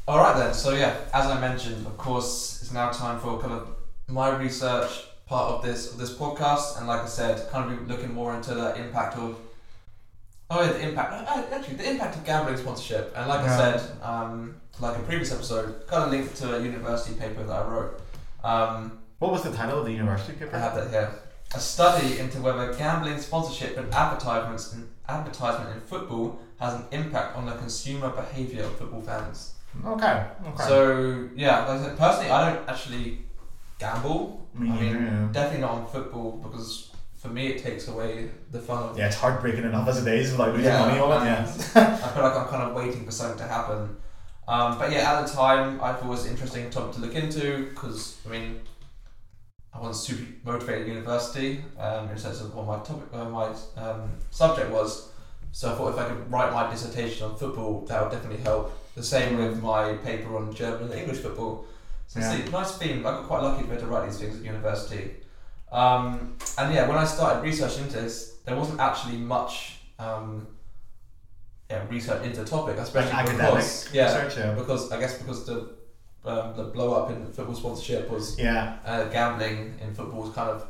A: All right then. So yeah, as I mentioned, of course, it's now time for kind of my research part of this of this podcast, and like I said, kind of looking more into the impact of. Oh yeah, the impact. no, uh, Actually, the impact of gambling sponsorship, and like
B: Yeah.
A: I said, um, like a previous episode, kind of linked to a university paper that I wrote. Um,
B: What was the title of the university paper?
A: I have that here. A study into whether gambling sponsorship and advertisements and advertisement in football has an impact on the consumer behaviour of football fans.
B: Okay. Okay.
A: So yeah, like I said, personally, I don't actually gamble.
B: Me
A: I mean,
B: neither, yeah.
A: Definitely not on football because for me it takes away the fun of.
B: yeah, it's heartbreaking enough as it is, like losing
A: Yeah,
B: money on
A: and
B: it. Yeah.
A: I feel like I'm kind of waiting for something to happen. Um, but yeah, at the time, I thought it was an interesting topic to look into because I mean, I wasn't super motivated at university um, in terms of what my topic, uh, my um, subject was. So I thought if I could write my dissertation on football, that would definitely help. The same with my paper on German and English football. So it's
B: Yeah.
A: a nice theme. I got quite lucky to be able to write these things at university. Um, and yeah, when I started researching into this, there wasn't actually much um, yeah, research into the topic, especially
B: Like academic
A: because yeah,
B: Research, yeah.
A: because I guess because the um, the blow up in football sponsorship was
B: Yeah.
A: uh, gambling in football was kind of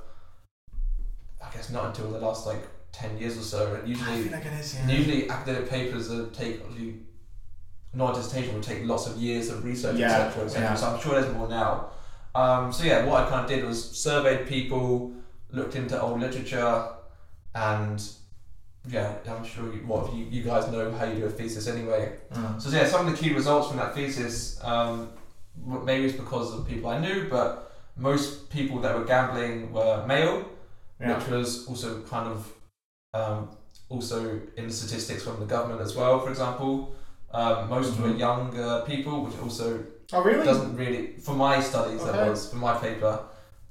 A: I guess not until the last like ten years or so, and
B: I
A: usually
B: feel like it is.
A: and
B: Yeah.
A: Usually, academic papers that take usually not dissertation would take lots of years of research,
B: Yeah,
A: etc. etc.
B: yeah.
A: So I'm sure there's more now. Um, so yeah, what I kind of did was surveyed people, looked into old literature, and yeah, I'm sure you, what you, you guys know how you do a thesis anyway.
B: Mm.
A: So yeah, some of the key results from that thesis, um, w- maybe it's because of people I knew, but most people that were gambling were male,
B: Yeah.
A: which was also kind of um, also in the statistics from the government as well. For example, um, most were
B: Mhm.
A: younger people, which also
B: Oh really?
A: doesn't really for my studies that
B: Okay.
A: was for my paper,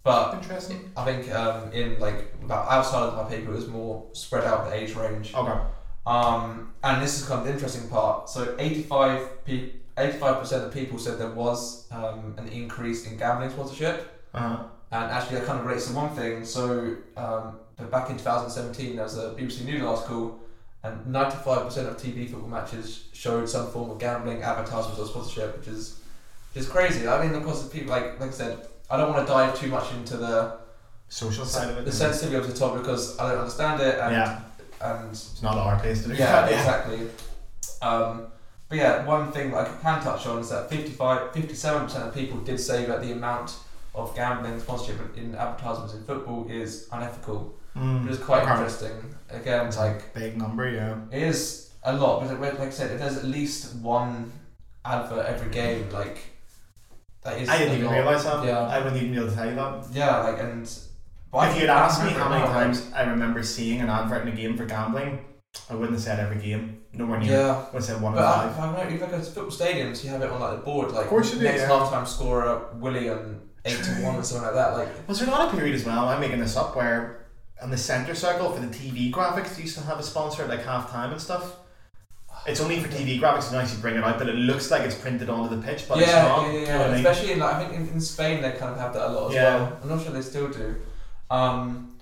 A: but
B: Interesting.
A: I think um, in like about outside of my paper it was more spread out the age range.
B: Okay.
A: Um, and this is kind of the interesting part. So 85 pe- 85% of people said there was um, an increase in gambling sponsorship.
B: Uh,
A: And actually, that kind of relates to one thing. So, um, but back in 2017, there was a BBC News article, and 95% of TV football matches showed some form of gambling, advertisements, or sponsorship, which is, which is crazy. I mean, of course, people like like I said, I don't want to dive too much into the
B: social side of it.
A: the sensitivity of the topic because I don't understand it, and
B: Mm-hmm. yeah.
A: and
B: It's not our place to do
A: yeah,
B: that.
A: exactly. Um, but yeah, one thing that I can touch on is that 55, 57% of people did say that the amount of gambling sponsorship in advertisements in football is unethical,
B: Mm.
A: which is quite
B: Okay.
A: interesting. Again, it's like
B: big number. Yeah.
A: it is a lot, but like I said, if there's at least one advert every game, like that is
B: I didn't
A: a
B: even
A: lot.
B: realize that.
A: Yeah.
B: I wouldn't even be able to tell you that.
A: Yeah, like and.
B: if you'd asked me how many
A: Yeah.
B: times I remember seeing an advert in a game for gambling, I wouldn't have said every game. nowhere near.
A: Yeah.
B: I would say one
A: But
B: and
A: I,
B: five.
A: if I remember, if you go to football stadiums, you have it on like the board, like
C: Of course you do,
A: next
C: yeah.
A: half-time scorer William eight to one or something like that. Like
B: Was there not a period as well? I'm making this up where on the centre circle for the TV graphics, you used to have a sponsor at like half time and stuff. It's only for TV graphics, and nice you bring it out, but it looks like it's printed onto the pitch, but
A: yeah,
B: it's not.
A: yeah, yeah,
B: you
A: yeah.
B: know what I mean?
A: Especially in like I think in, in Spain they kind of have that a lot as
B: Yeah.
A: well. I'm not sure they still do. Um,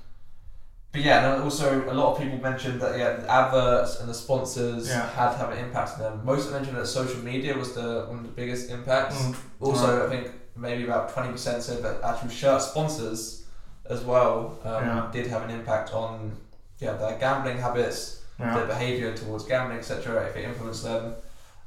A: but yeah, and also a lot of people mentioned that yeah, the adverts and the sponsors
B: Yeah.
A: had to have an impact on them. Most mentioned that social media was the one of the biggest impacts.
B: Mm.
A: Also, I think maybe about twenty percent said that actual shirt sponsors as well um,
B: Yeah.
A: did have an impact on yeah their gambling habits
B: Yeah.
A: their behaviour towards gambling, etc., if it influenced them.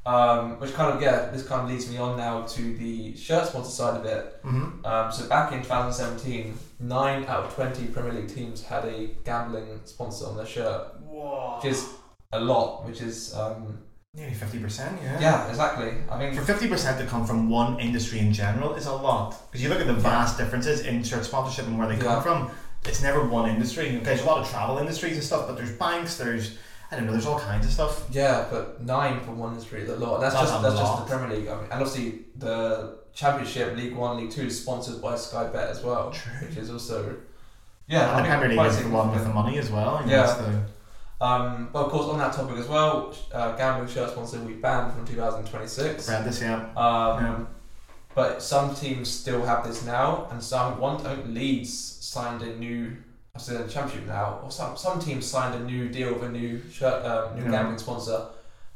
A: Um, which kind of, yeah, this kind of leads me on now to the shirt sponsor side of it.
B: hmm
A: Um, so back in 2017, 9 out of 20 Premier League teams had a gambling sponsor on their shirt,
B: Whoa.
A: which is a lot, which is, um,
B: Nearly 50%, yeah.
A: yeah, exactly. I think,
B: For 50% to come from one industry in general is a lot. Because you look at the vast differences in shirt sponsorship and where they
A: Yeah.
B: come from, it's never one industry. Okay, There's a lot of travel industries and stuff, but there's banks, there's, I don't know, there's all kinds of stuff.
A: yeah, but 9 for one is really a lot. That's,
B: That's
A: just
B: a
A: that's
B: lot.
A: just the Premier League. I mean, and obviously, the Championship, League 1, League 2 is sponsored by Sky Bet as well,
B: True.
A: which is also, yeah,
B: and
A: I
B: the
A: think
B: Premier League
A: quite
B: is the one with
A: significant.
B: the money as well. and
A: Yeah.
B: that's the-
A: Um, but of course, on that topic as well, uh, gambling shirt sponsor we banned from 2026.
B: read this, yeah.
A: Um,
B: Yeah.
A: But some teams still have this now, and some one I think Leeds signed a new. I said the championship now, or some some teams signed a new deal with a new shirt, um, new
B: Yeah.
A: gambling sponsor,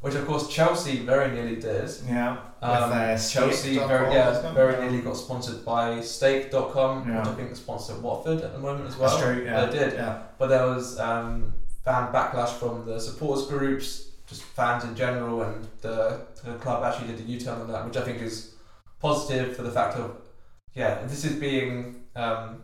A: which of course Chelsea very nearly did.
B: Yeah.
A: Um,
B: With, uh,
A: Chelsea
B: Stake.com,
A: very, yeah,
B: isn't it?
A: very nearly got sponsored by Stake.com, which
B: Yeah.
A: I think sponsor Watford at the moment as well.
B: That's true, yeah.
A: They did.
B: Yeah.
A: But there was um, fan backlash from the supporters groups, just fans in general, and the, the club actually did a U turn on that, which I think is positive for the fact of, yeah, this is being um,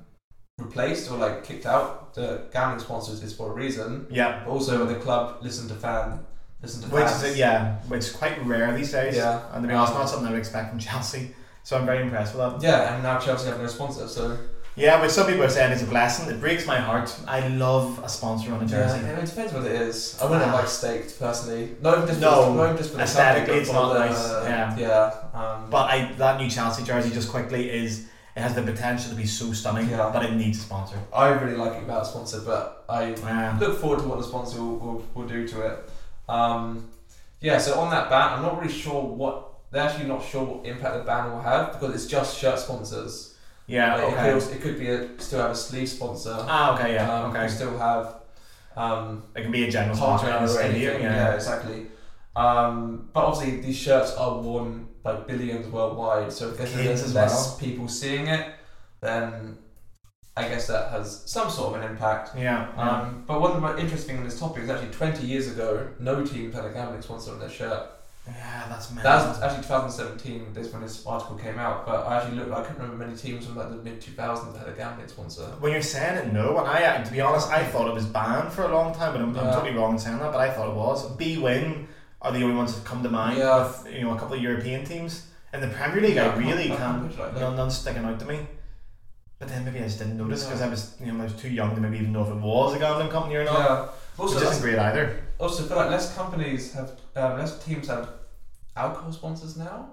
A: replaced or like kicked out. The gambling sponsors is for a reason,
B: Yeah.
A: but also the club listened to fan, listened to
B: Which
A: fans.
B: is, yeah, which is quite rare these days.
A: Yeah.
B: And to be honest, not something I would expect from Chelsea. So I'm very impressed with that.
A: Yeah, and now Chelsea have no sponsor, so
B: Yeah, which some people are saying is a blessing. It breaks my heart. I love a sponsor on a
A: yeah,
B: jersey.
A: it it depends what it is. I wouldn't
B: Ah.
A: like staked personally. Not even just
B: No,
A: for the, not even just for the
B: aesthetically
A: company, but
B: it's
A: for
B: not
A: the-
B: nice, yeah.
A: yeah. Um,
B: But I that new Chelsea jersey just quickly is it has the potential to be so stunning,
A: Yeah.
B: but it needs a sponsor.
A: I really like it about sponsor, but I
B: Yeah.
A: look forward to what the sponsor will, will, will do to it. Um, yeah, so on that ban, I'm not really sure what they're actually not sure what impact the ban will have because it's just shirt sponsors.
B: Yeah.
A: Like, it, could
B: Okay.
A: also, it could be a, still have a sleeve sponsor.
B: Ah. Okay. Yeah.
A: um,
B: okay.
A: could still have um,
B: It can be a general
A: hard
B: sponsor
A: or
B: in the
A: anything.
B: stadium.
A: yeah.
B: Yeah.
A: exactly. Um, but obviously, these shirts are worn by billions worldwide, so if there's
B: Kids as
A: less people seeing it, then I guess that has some sort of an impact.
B: Yeah. yeah.
A: Um, but one of the most interesting on this topic is actually 20 years ago, no team had a gambling sponsor on their shirt.
B: yeah. That's mad.
A: That was actually 2017, this when this article came out, but I actually looked, I couldn't remember many teams from like the mid 2000s that had a gambling sponsor.
B: When you're saying it, no, and I, uh, to be honest, I thought it was banned for a long time, but I'm, I'm
A: Yeah.
B: totally wrong in saying that. But I thought it was. B Win are the only ones that come to mind
A: Yeah.
B: with you know a couple of European teams in the Premier League.
A: Yeah,
B: I really
A: I can't
B: can't.
A: picture like that.
B: none, none's sticking out to me. But then maybe I just didn't notice because
A: Yeah.
B: I was you know I was too young to maybe even know if it was a gambling company or not.
A: Yeah.
B: Which
A: Also,
B: isn't
A: that's-
B: great either.
A: also, I feel like less companies have, um, less teams have alcohol sponsors now.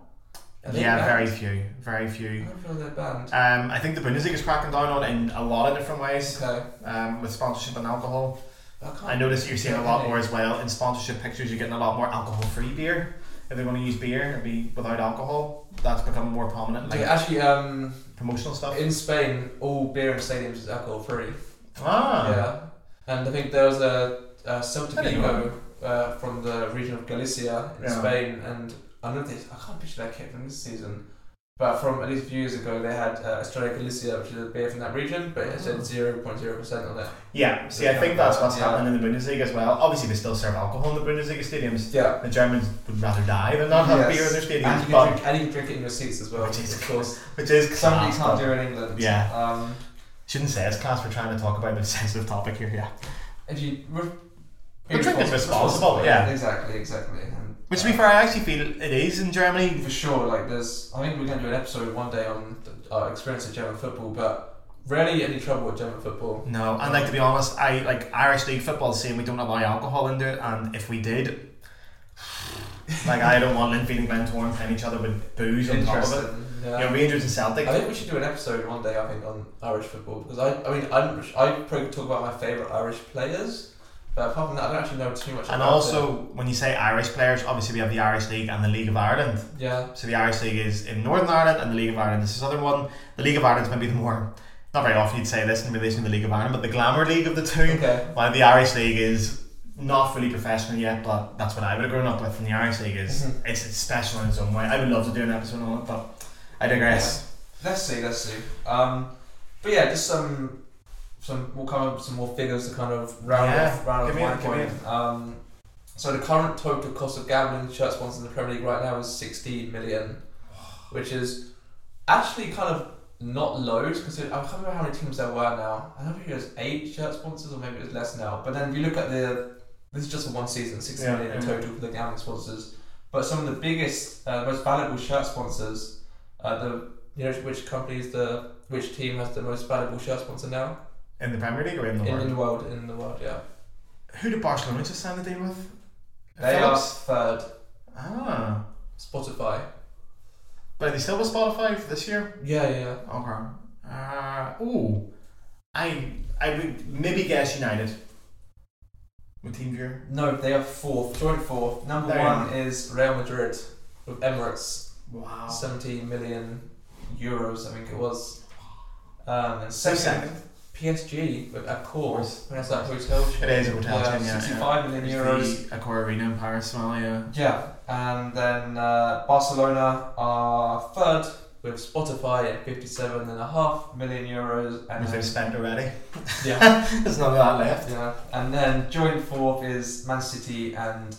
A: Are they
B: Yeah, very
A: banned?
B: few, very
A: I
B: few.
A: don't feel they're banned.
B: Um, I think the Bundesliga's cracking down on it in a lot of different ways
A: Okay.
B: um, with sponsorship and alcohol.
A: uh, I, can't
B: I notice that you're seeing a lot more as well in sponsorship pictures. You're getting a lot more alcohol-free beer. If they're going to use beer, it'd be without alcohol. That's becoming more prominent, like
A: Yeah, actually, um,
B: promotional stuff.
A: in Spain, all beer in stadiums is alcohol free.
B: ah,
A: Yeah, and I think there was a, a Celta
B: I didn't
A: Vigo uh, from the region of Galicia in
B: Yeah.
A: Spain, and I know this. I can't picture that kit from this season, but from at least a few years ago, they had uh, Estrella Galicia, which is a beer from that region, but it
B: Oh.
A: said zero point zero percent on it.
B: yeah. See, I think that's what's
A: Yeah.
B: happening in the Bundesliga as well. Obviously, they still serve alcohol in the Bundesliga stadiums.
A: Yeah,
B: The Germans would rather die than not have
A: Yes.
B: beer in their
A: and
B: Oh,
A: you,
B: stadiums,
A: can
B: but,
A: drink, and you can drink it in your seats as well,
B: Which is-
A: of course
B: which is
A: something
B: class.
A: you can't
B: but-
A: do in England.
B: Ah, Yeah.
A: Um,
B: Shouldn't say it's class. We're trying to talk about the sensitive topic here. Yeah.
A: if you. Re-
B: But drink is responsible, yeah.
A: Exactly, exactly. And,
B: Which, to
A: uh,
B: be fair, I actually feel it is in Germany.
A: for sure. Like, there's, I think we're going to do an episode one day on the, our experience of German football, but rarely any trouble with German football.
B: No, and like to be honest, I like Irish league football saying we don't allow alcohol in there, and if we did, Like I don't want Linfield and Glentoran playing each other with booze on top of it.
A: Interesting.
B: You
A: Yeah.
B: know, Rangers and
A: I
B: Celtic.
A: think we should do an episode one day. I think on Irish football because I, I mean, I'm, I probably talk about my favourite Irish players, but apart from that, I don't actually know too much.
B: And
A: about it.
B: also, when you say Irish players, obviously we have the Irish League and the League of Ireland.
A: yeah,
B: So the Irish League is in Northern Ireland, and the League of Ireland is this other one. The League of Ireland's maybe the more not very often you'd say this in relation to the League of Ireland, but the glamour league of the two.
A: okay,
B: While the Irish League is not fully professional yet, but that's what I would have grown up with. And the Irish League is
A: Mhm.
B: it's, it's special in its own way. I would love to do an episode on it, but I digress.
A: let's see, let's see. Um, but yeah, just some some we'll come up with some more figures to kind of round
B: Yeah,
A: off round off
B: give me
A: my
B: it, give me
A: point. Um, so the current total cost of gambling shirt sponsors in the Premier League right now is 16 million, which is actually kind of not loads because I can't remember how many teams there were now. I don't think it was eight shirt sponsors or maybe it was less now. But then if you look at the this is just for one season, 16
B: Yeah,
A: million in
B: yeah.
A: total for the gambling sponsors. But some of the biggest, uh, most valuable shirt sponsors, uh, the you know which company is the which team has the most valuable shirt sponsor now
B: In the Premier League or in the
A: in,
B: world?
A: in the world in the world yeah
B: Who did Barcelona just sign the deal with?
A: they
B: Philips?
A: are third
B: Ah.
A: Spotify
B: But are they still with Spotify for this year?
A: yeah yeah
B: Okay. Uh, ooh. I I would maybe guess United. With Team Viewer.
A: no they are fourth joint fourth number
B: There you
A: one is Real Madrid with Emirates
B: Wow.
A: 17 million euros I think it was um, and
B: So
A: second,
B: second.
A: PSG with Accor
B: course.
A: when it's that hotel
B: It is a hotel
A: yeah,
B: team, yeah.
A: 65
B: yeah.
A: million euros
B: It's the Accor Arena in Paris, well, yeah.
A: Yeah, and then uh, Barcelona are third with Spotify at fifty-seven and a half million euros, and
B: Because they've spent already.
A: yeah,
B: There's not a lot left.
A: yeah, and then joint fourth is Man City and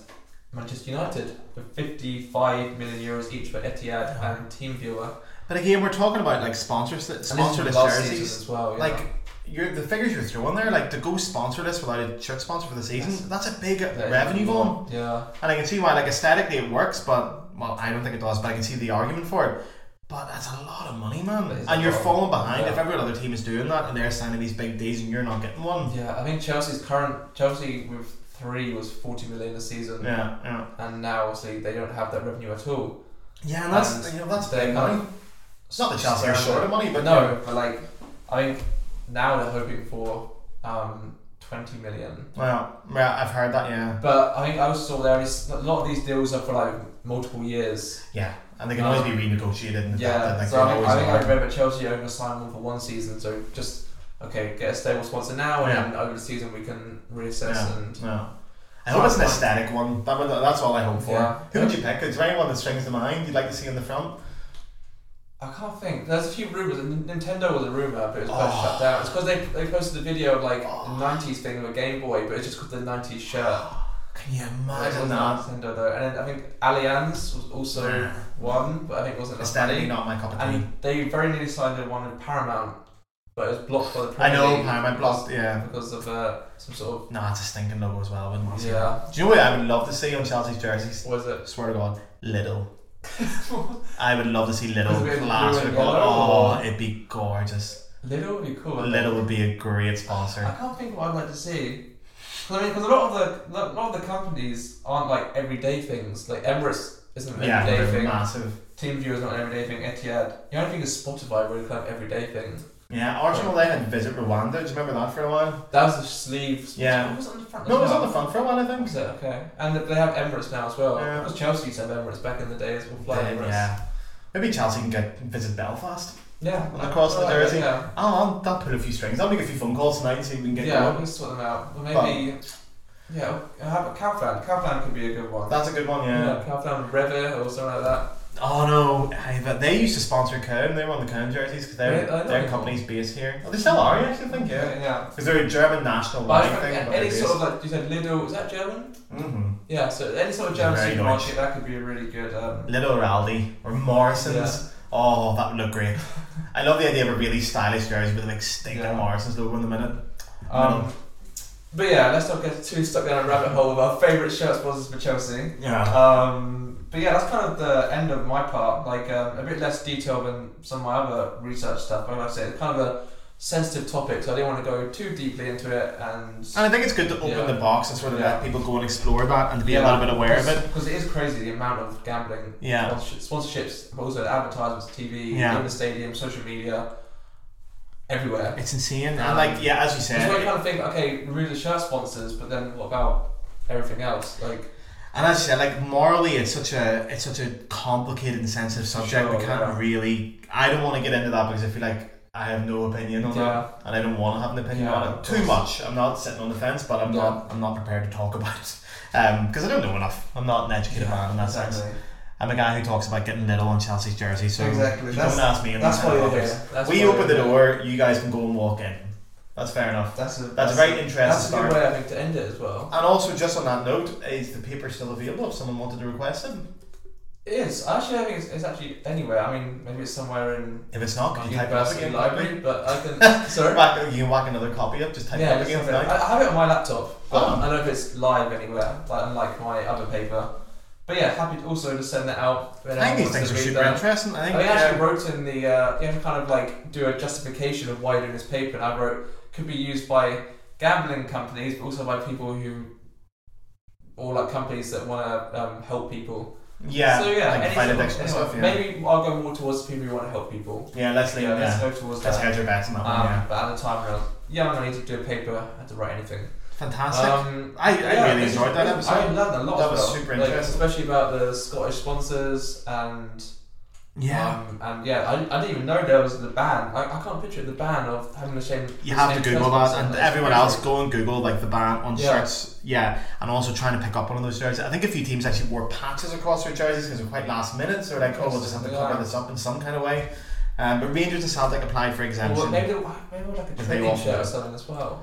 A: Manchester United with fifty-five million euros each for Etihad
B: Yeah.
A: and TeamViewer.
B: But again, we're talking about like sponsors,
A: And this is
B: sponsorless
A: last
B: jerseys.
A: season as well. Yeah.
B: Like you're the figures you're throwing there, like to go sponsorless without a shirt sponsor for the season,
A: Yes.
B: that's a big
A: They're
B: revenue volume.
A: involved, Yeah,
B: And I can see why, like aesthetically, it works, but well, I don't think it does. But I can see the argument for it. But that's a lot of money, man.
A: That is a
B: And you're
A: lot.
B: falling behind if
A: Yeah.
B: every other team is doing that and they're signing these big deals and you're not getting one.
A: yeah. I think Chelsea's current Chelsea with three was forty million a season,
B: Yeah, yeah,
A: and now obviously they don't have that revenue at all.
B: yeah. And that's
A: And
B: you know that's
A: they
B: big
A: can't-
B: money. It's not that Chelsea are short of money, but
A: no, but like I think now they're hoping for um, twenty million.
B: Well, yeah, I've heard that. Yeah,
A: But I think I also saw there is a lot of these deals are for like multiple years.
B: yeah. And they can
A: Um,
B: always be renegotiated. And
A: yeah,
B: adapted, like
A: so I think,
B: they always
A: I, think I
B: are.
A: remember Chelsea only signed one for one season. So just okay, get a stable sponsor now, and
B: Yeah.
A: then over the season we can reassess
B: Yeah.
A: and.
B: No. I hope it's an aesthetic one. That would, that's all I hope for.
A: Yeah.
B: Who would you pick? Is there anyone that strings to mind you'd like to see in the front?
A: I can't think. There's a few rumors. and N- Nintendo was a rumor, but it was both
B: Oh.
A: shut down. It's because they, they posted a video of like
B: Oh.
A: the '90s thing of a Game Boy, but it's just called the '90s shirt.
B: Can you
A: It wasn't
B: imagine that?
A: Nintendo though, and then I think Allianz was also
B: Nah.
A: one, but I think it wasn't enough
B: Aesthetically,
A: money.
B: not my cup of tea.
A: And they very nearly signed a one with Paramount, but it was blocked by the
B: I
A: Premier
B: know
A: League
B: Paramount Plus. Yeah.
A: because of uh, some sort
B: No, it's a stinking logo as well. I wouldn't want
A: of
B: to see
A: yeah.
B: that. Do you know what I would love to see on Chelsea's jerseys?
A: What was it?
B: swear to God, little. I would love to see little
A: Is it blue
B: plastered
A: and
B: God.
A: yellow
B: Oh, it'd be gorgeous.
A: Little would be cool. I think.
B: Little would be a great
A: I
B: sponsor.
A: can't think of what I'd like to see. Because I mean, 'cause a lot of the a lot of the companies aren't like everyday things. Like Emirates isn't an
B: Yeah,
A: everyday
B: they're
A: thing.
B: massive.
A: TeamViewer is not an everyday thing. Etihad. The only thing is Spotify where it's kind of everyday thing.
B: Yeah, Arsenal they had Visit Rwanda. Do you remember that for a while?
A: That was the sleeves.
B: Yeah.
A: What was on the front?
B: No, it
A: as
B: was
A: well?
B: on the front for a while, I think.
A: Is it? Okay. And they have Emirates now as well.
B: Yeah.
A: Because Chelsea used to have Emirates back in the day as well. Fly
B: Then,
A: Emirates.
B: yeah. Maybe Chelsea can get visit Belfast.
A: Yeah.
B: And across the
A: Right,
B: jersey.
A: Yeah.
B: I'll, I'll pull a few strings. I'll make a few phone calls tonight and see if we can get
A: yeah,
B: going.
A: we'll sort them out. Well, maybe. Yeah, have a Kaufland. Kaufland could be a good one.
B: That's a good one, yeah.
A: Kaufland with Revit or something like that.
B: Oh no, hey, but they used to sponsor Cone. They were on the Cone jerseys because
A: Really? I
B: their
A: don't
B: their
A: know.
B: company's based here. Oh, they still are. Yeah, I actually think yeah.
A: Yeah. yeah.
B: Is there a German national
A: But
B: line
A: I
B: thing?
A: think
B: about
A: any
B: their
A: sort of like you said Lidl is that German?
B: base? Mhm.
A: Yeah, so any sort of German
B: Very
A: supermarket
B: Deutsch.
A: that could be a really good. Um,
B: Little or Aldi or Morrison's. Oh, that would look great. I love the idea of a really stylish jersey with like stinking
A: Yeah.
B: Morrison's logo in the minute.
A: um, but yeah, let's not get too stuck down a rabbit hole with our favourite shirt sponsors for Chelsea.
B: Yeah.
A: Um, but yeah, that's kind of the end of my part. Like um, a bit less detail than some of my other research stuff. But like I say, it's kind of a sensitive topic, so I didn't want to go too deeply into it. And
B: And I think it's good to open
A: Yeah.
B: the box and sort of
A: Yeah.
B: let people go and explore that and to be a little bit aware of it.
A: because it is crazy the amount of gambling
B: Yeah.
A: sponsorship- sponsorships, but also advertisements, TV,
B: Yeah.
A: in the stadium, social media, everywhere.
B: It's insane.
A: Um,
B: and like, yeah, as you
A: That's
B: said,
A: why I kind of think, okay, remove the shirt sponsors, but then what about everything else? Like,
B: and as you said, like morally, it's such a it's such a complicated and sensitive subject.
A: Sure,
B: we can't
A: yeah.
B: really. I don't want to get into that because I feel like I have no opinion on
A: Yeah.
B: that, and I don't want to have an opinion
A: Yeah,
B: on
A: of
B: it too
A: course.
B: much. I'm not sitting on the fence, but I'm
A: Yeah.
B: not I'm not prepared to talk about it because I don't know enough. I'm not an educated man in that sense. I'm a guy who talks about getting little on Chelsea's jersey, so
A: Exactly.
B: you
A: That's-
B: don't ask me. I'm
A: That's
B: not
A: why
B: gonna
A: you're
B: comment.
A: here. That's
B: we
A: why
B: open the
A: you're here.
B: door, you guys can go and walk in. That's fair enough.
A: That's a
B: That's a very interesting
A: That's a
B: start.
A: good way I think to end it as well.
B: And also, just on that note, is the paper still available if someone wanted to request it?
A: It is. Actually, I think it's, it's actually anywhere. I mean, maybe it's somewhere in
B: If it's not,
A: my
B: can you type it up
A: university
B: again?
A: library, but I can.
B: Or
A: sorry.
B: Whack, you can whack another copy up, just type
A: yeah,
B: it up
A: just
B: again
A: have it.
B: tonight.
A: I I have it on my laptop, but
B: Oh.
A: I don't know if it's live anywhere, like unlike my other paper. But yeah, happy to also to send that out. when
B: I think
A: anyone wants
B: these things
A: to
B: are
A: read
B: super
A: that. Oh,
B: interesting. I
A: I,
B: think
A: actually
B: yeah,
A: wrote in the uh, you have to kind of like do a justification of why you're doing this paper, and I wrote could be used by gambling companies, but also by people who or like companies that want to um, help people.
B: yeah,
A: So yeah,
B: like
A: any sort
B: find
A: of-
B: addiction and
A: anyway,
B: stuff. Yeah,
A: maybe I'll go more towards people who want to help people.
B: yeah let's leave.
A: Yeah,
B: Yeah,
A: let's
B: yeah.
A: go towards
B: let's
A: that.
B: hedge our bets on that
A: Um,
B: one. Yeah,
A: But at the time, I was young. I needed to do a paper. I had to write anything.
B: fantastic.
A: Um,
B: I, I
A: yeah,
B: really
A: it's-
B: enjoyed that episode.
A: I learned a lot.
B: That
A: as
B: was
A: well.
B: super
A: Like,
B: interesting.
A: especially about the Scottish sponsors and
B: yeah,
A: um, and yeah, I, I didn't even know there was the ban. I, I can't picture the ban of having the same. the
B: you have
A: same
B: to Google
A: person.
B: that, and
A: That's
B: everyone
A: crazy.
B: else go and Google like the ban on
A: Yeah.
B: shirts. Yeah, and also trying to pick up one of those jerseys. I think a few teams actually wore patches across their jerseys because they're quite last minute. So they're like, oh, we'll just have to
A: Yeah.
B: cover this up in some kind of way. Um, but Rangers and Celtic applied for exemption.
A: Well, maybe they, maybe they were like a
B: They
A: training
B: want
A: shirt or
B: that.
A: something as well.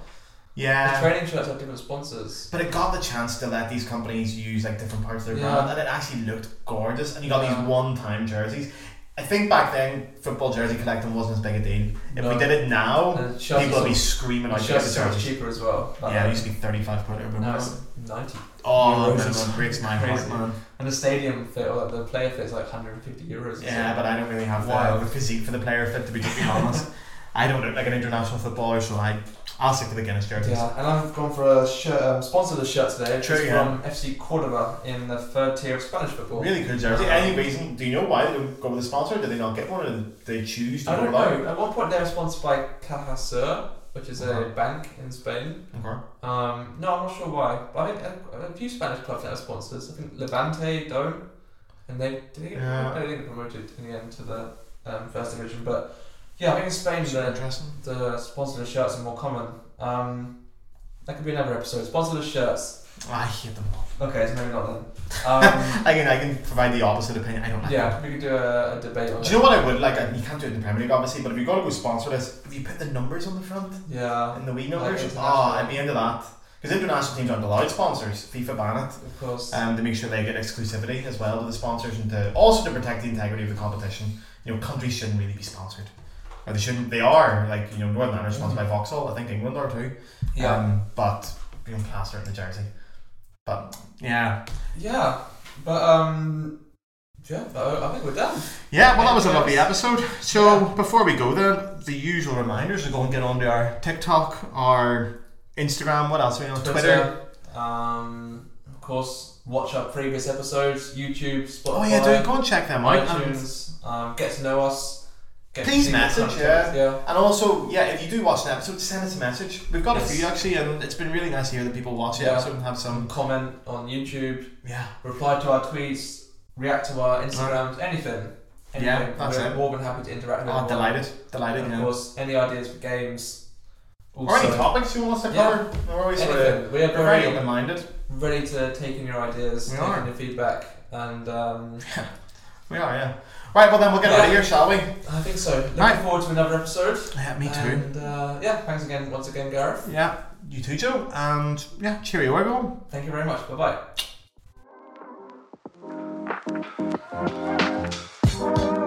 A: the
B: yeah.
A: training shirts have different sponsors.
B: But it got the chance to let these companies use like different parts of their
A: Yeah.
B: brand, and it actually looked gorgeous. And you got
A: Yeah.
B: these one-time jerseys. I think back then football jersey collecting wasn't as big a deal. If
A: No.
B: we did it now,
A: And shirts
B: people
A: are
B: would be
A: so-
B: screaming
A: and
B: out
A: shirts
B: "Get
A: are
B: the
A: so much
B: jerseys.
A: cheaper as well. Like,
B: Yeah, it used to be thirty-five quid. Urban
A: now
B: West.
A: it's ninety.
B: Oh,
A: Euros.
B: minimum breaks my
A: Crazy.
B: heart, man.
A: And the stadium fit or the player fit is like 150 euros.
B: Yeah, but I don't really have the,
A: Wild.
B: the physique for the player fit to be totally honest. I don't look like an international footballer, so I I'll stick to the Guinness jerseys.
A: Yeah, and I've gone for a shirt, um, sponsorless shirt today.
B: True,
A: it's
B: yeah.
A: from FC Cordoba in the third tier of Spanish football.
B: Really good jersey. Any reason? Do you know why they don't go with a sponsor? Do they not get one, or do they choose to
A: I
B: go
A: don't
B: without?
A: know. At one point, they were sponsored by Caja Sur, which is a
B: Uh-huh.
A: bank in Spain.
B: Okay.
A: Um, no, I'm not sure why, but I think a, a few Spanish clubs now have sponsors. I think Levante don't, and they did they get,
B: Yeah.
A: I don't think they promoted in the end to the um, first division. But yeah, I think in Spain the
B: interesting.
A: the sponsorless shirts are more common. Um, that could be another episode. Sponsorless shirts.
B: I hate them all.
A: Okay, so maybe not then. Um,
B: I can I can provide the opposite opinion. I don't like.
A: yeah, we could do a, a debate on
B: Them. Do
A: it.
B: you know what I would like? I- You can't do it in the Premier League, obviously, but if you're gonna go sponsor this, if you put the numbers on the front
A: Yeah,
B: and the wee
A: Like
B: numbers,
A: international.
B: ah, I'd be into that. Because international teams aren't allowed sponsors. FIFA ban it.
A: of course.
B: um, to make sure they get exclusivity as well to the sponsors and to also to protect the integrity of the competition. You know, countries shouldn't really be sponsored, or they shouldn't. They are like you know, Northern Ireland are sponsored by Vauxhall. I think England are too.
A: yeah.
B: Um, but being plastered in the jersey. But yeah,
A: Yeah, but um, yeah, but I think we're done.
B: yeah. Well, that was a
A: Anything
B: lovely
A: else?
B: episode. So
A: Yeah.
B: before we go, then the usual reminders to go and get onto our TikTok, our Instagram. What else are we on? Twitter.
A: uh, Um, of course, watch our previous episodes, YouTube, Spotify,
B: Oh yeah, do go and check them out. and-
A: iTunes. Um, get to know us. Get to
B: Please
A: see the
B: message,
A: content, yeah.
B: And also, yeah, if you do watch an episode, send us a message. We've got
A: Yes.
B: a few actually, and it's been really nice to hear that people watch the
A: Yeah.
B: episode and have some.
A: Comment on YouTube.
B: Yeah,
A: Reply to our tweets. React to our Instagrams. Anything. anything.
B: Yeah, that's
A: we're
B: it.
A: more than happy to interact with.
B: oh,
A: everyone.
B: delighted, delighted.
A: And of
B: Yeah.
A: course, any ideas for games. Also,
B: Or any topics you want us to
A: Yeah.
B: cover? We're always sort of
A: anything. We are
B: we're very
A: very
B: open-minded.
A: ready to take in your ideas,
B: We
A: take
B: are.
A: in your feedback, and um,
B: We are, yeah. Right, well then we'll get
A: Yeah.
B: out of here, shall we?
A: I think so. Looking
B: Right.
A: forward to another episode.
B: Yeah, me too.
A: And uh, yeah, thanks again, once again, Gareth.
B: Um, Yeah, you too, Joe. And yeah, cheerio, everyone.
A: Thank you very much. Bye bye.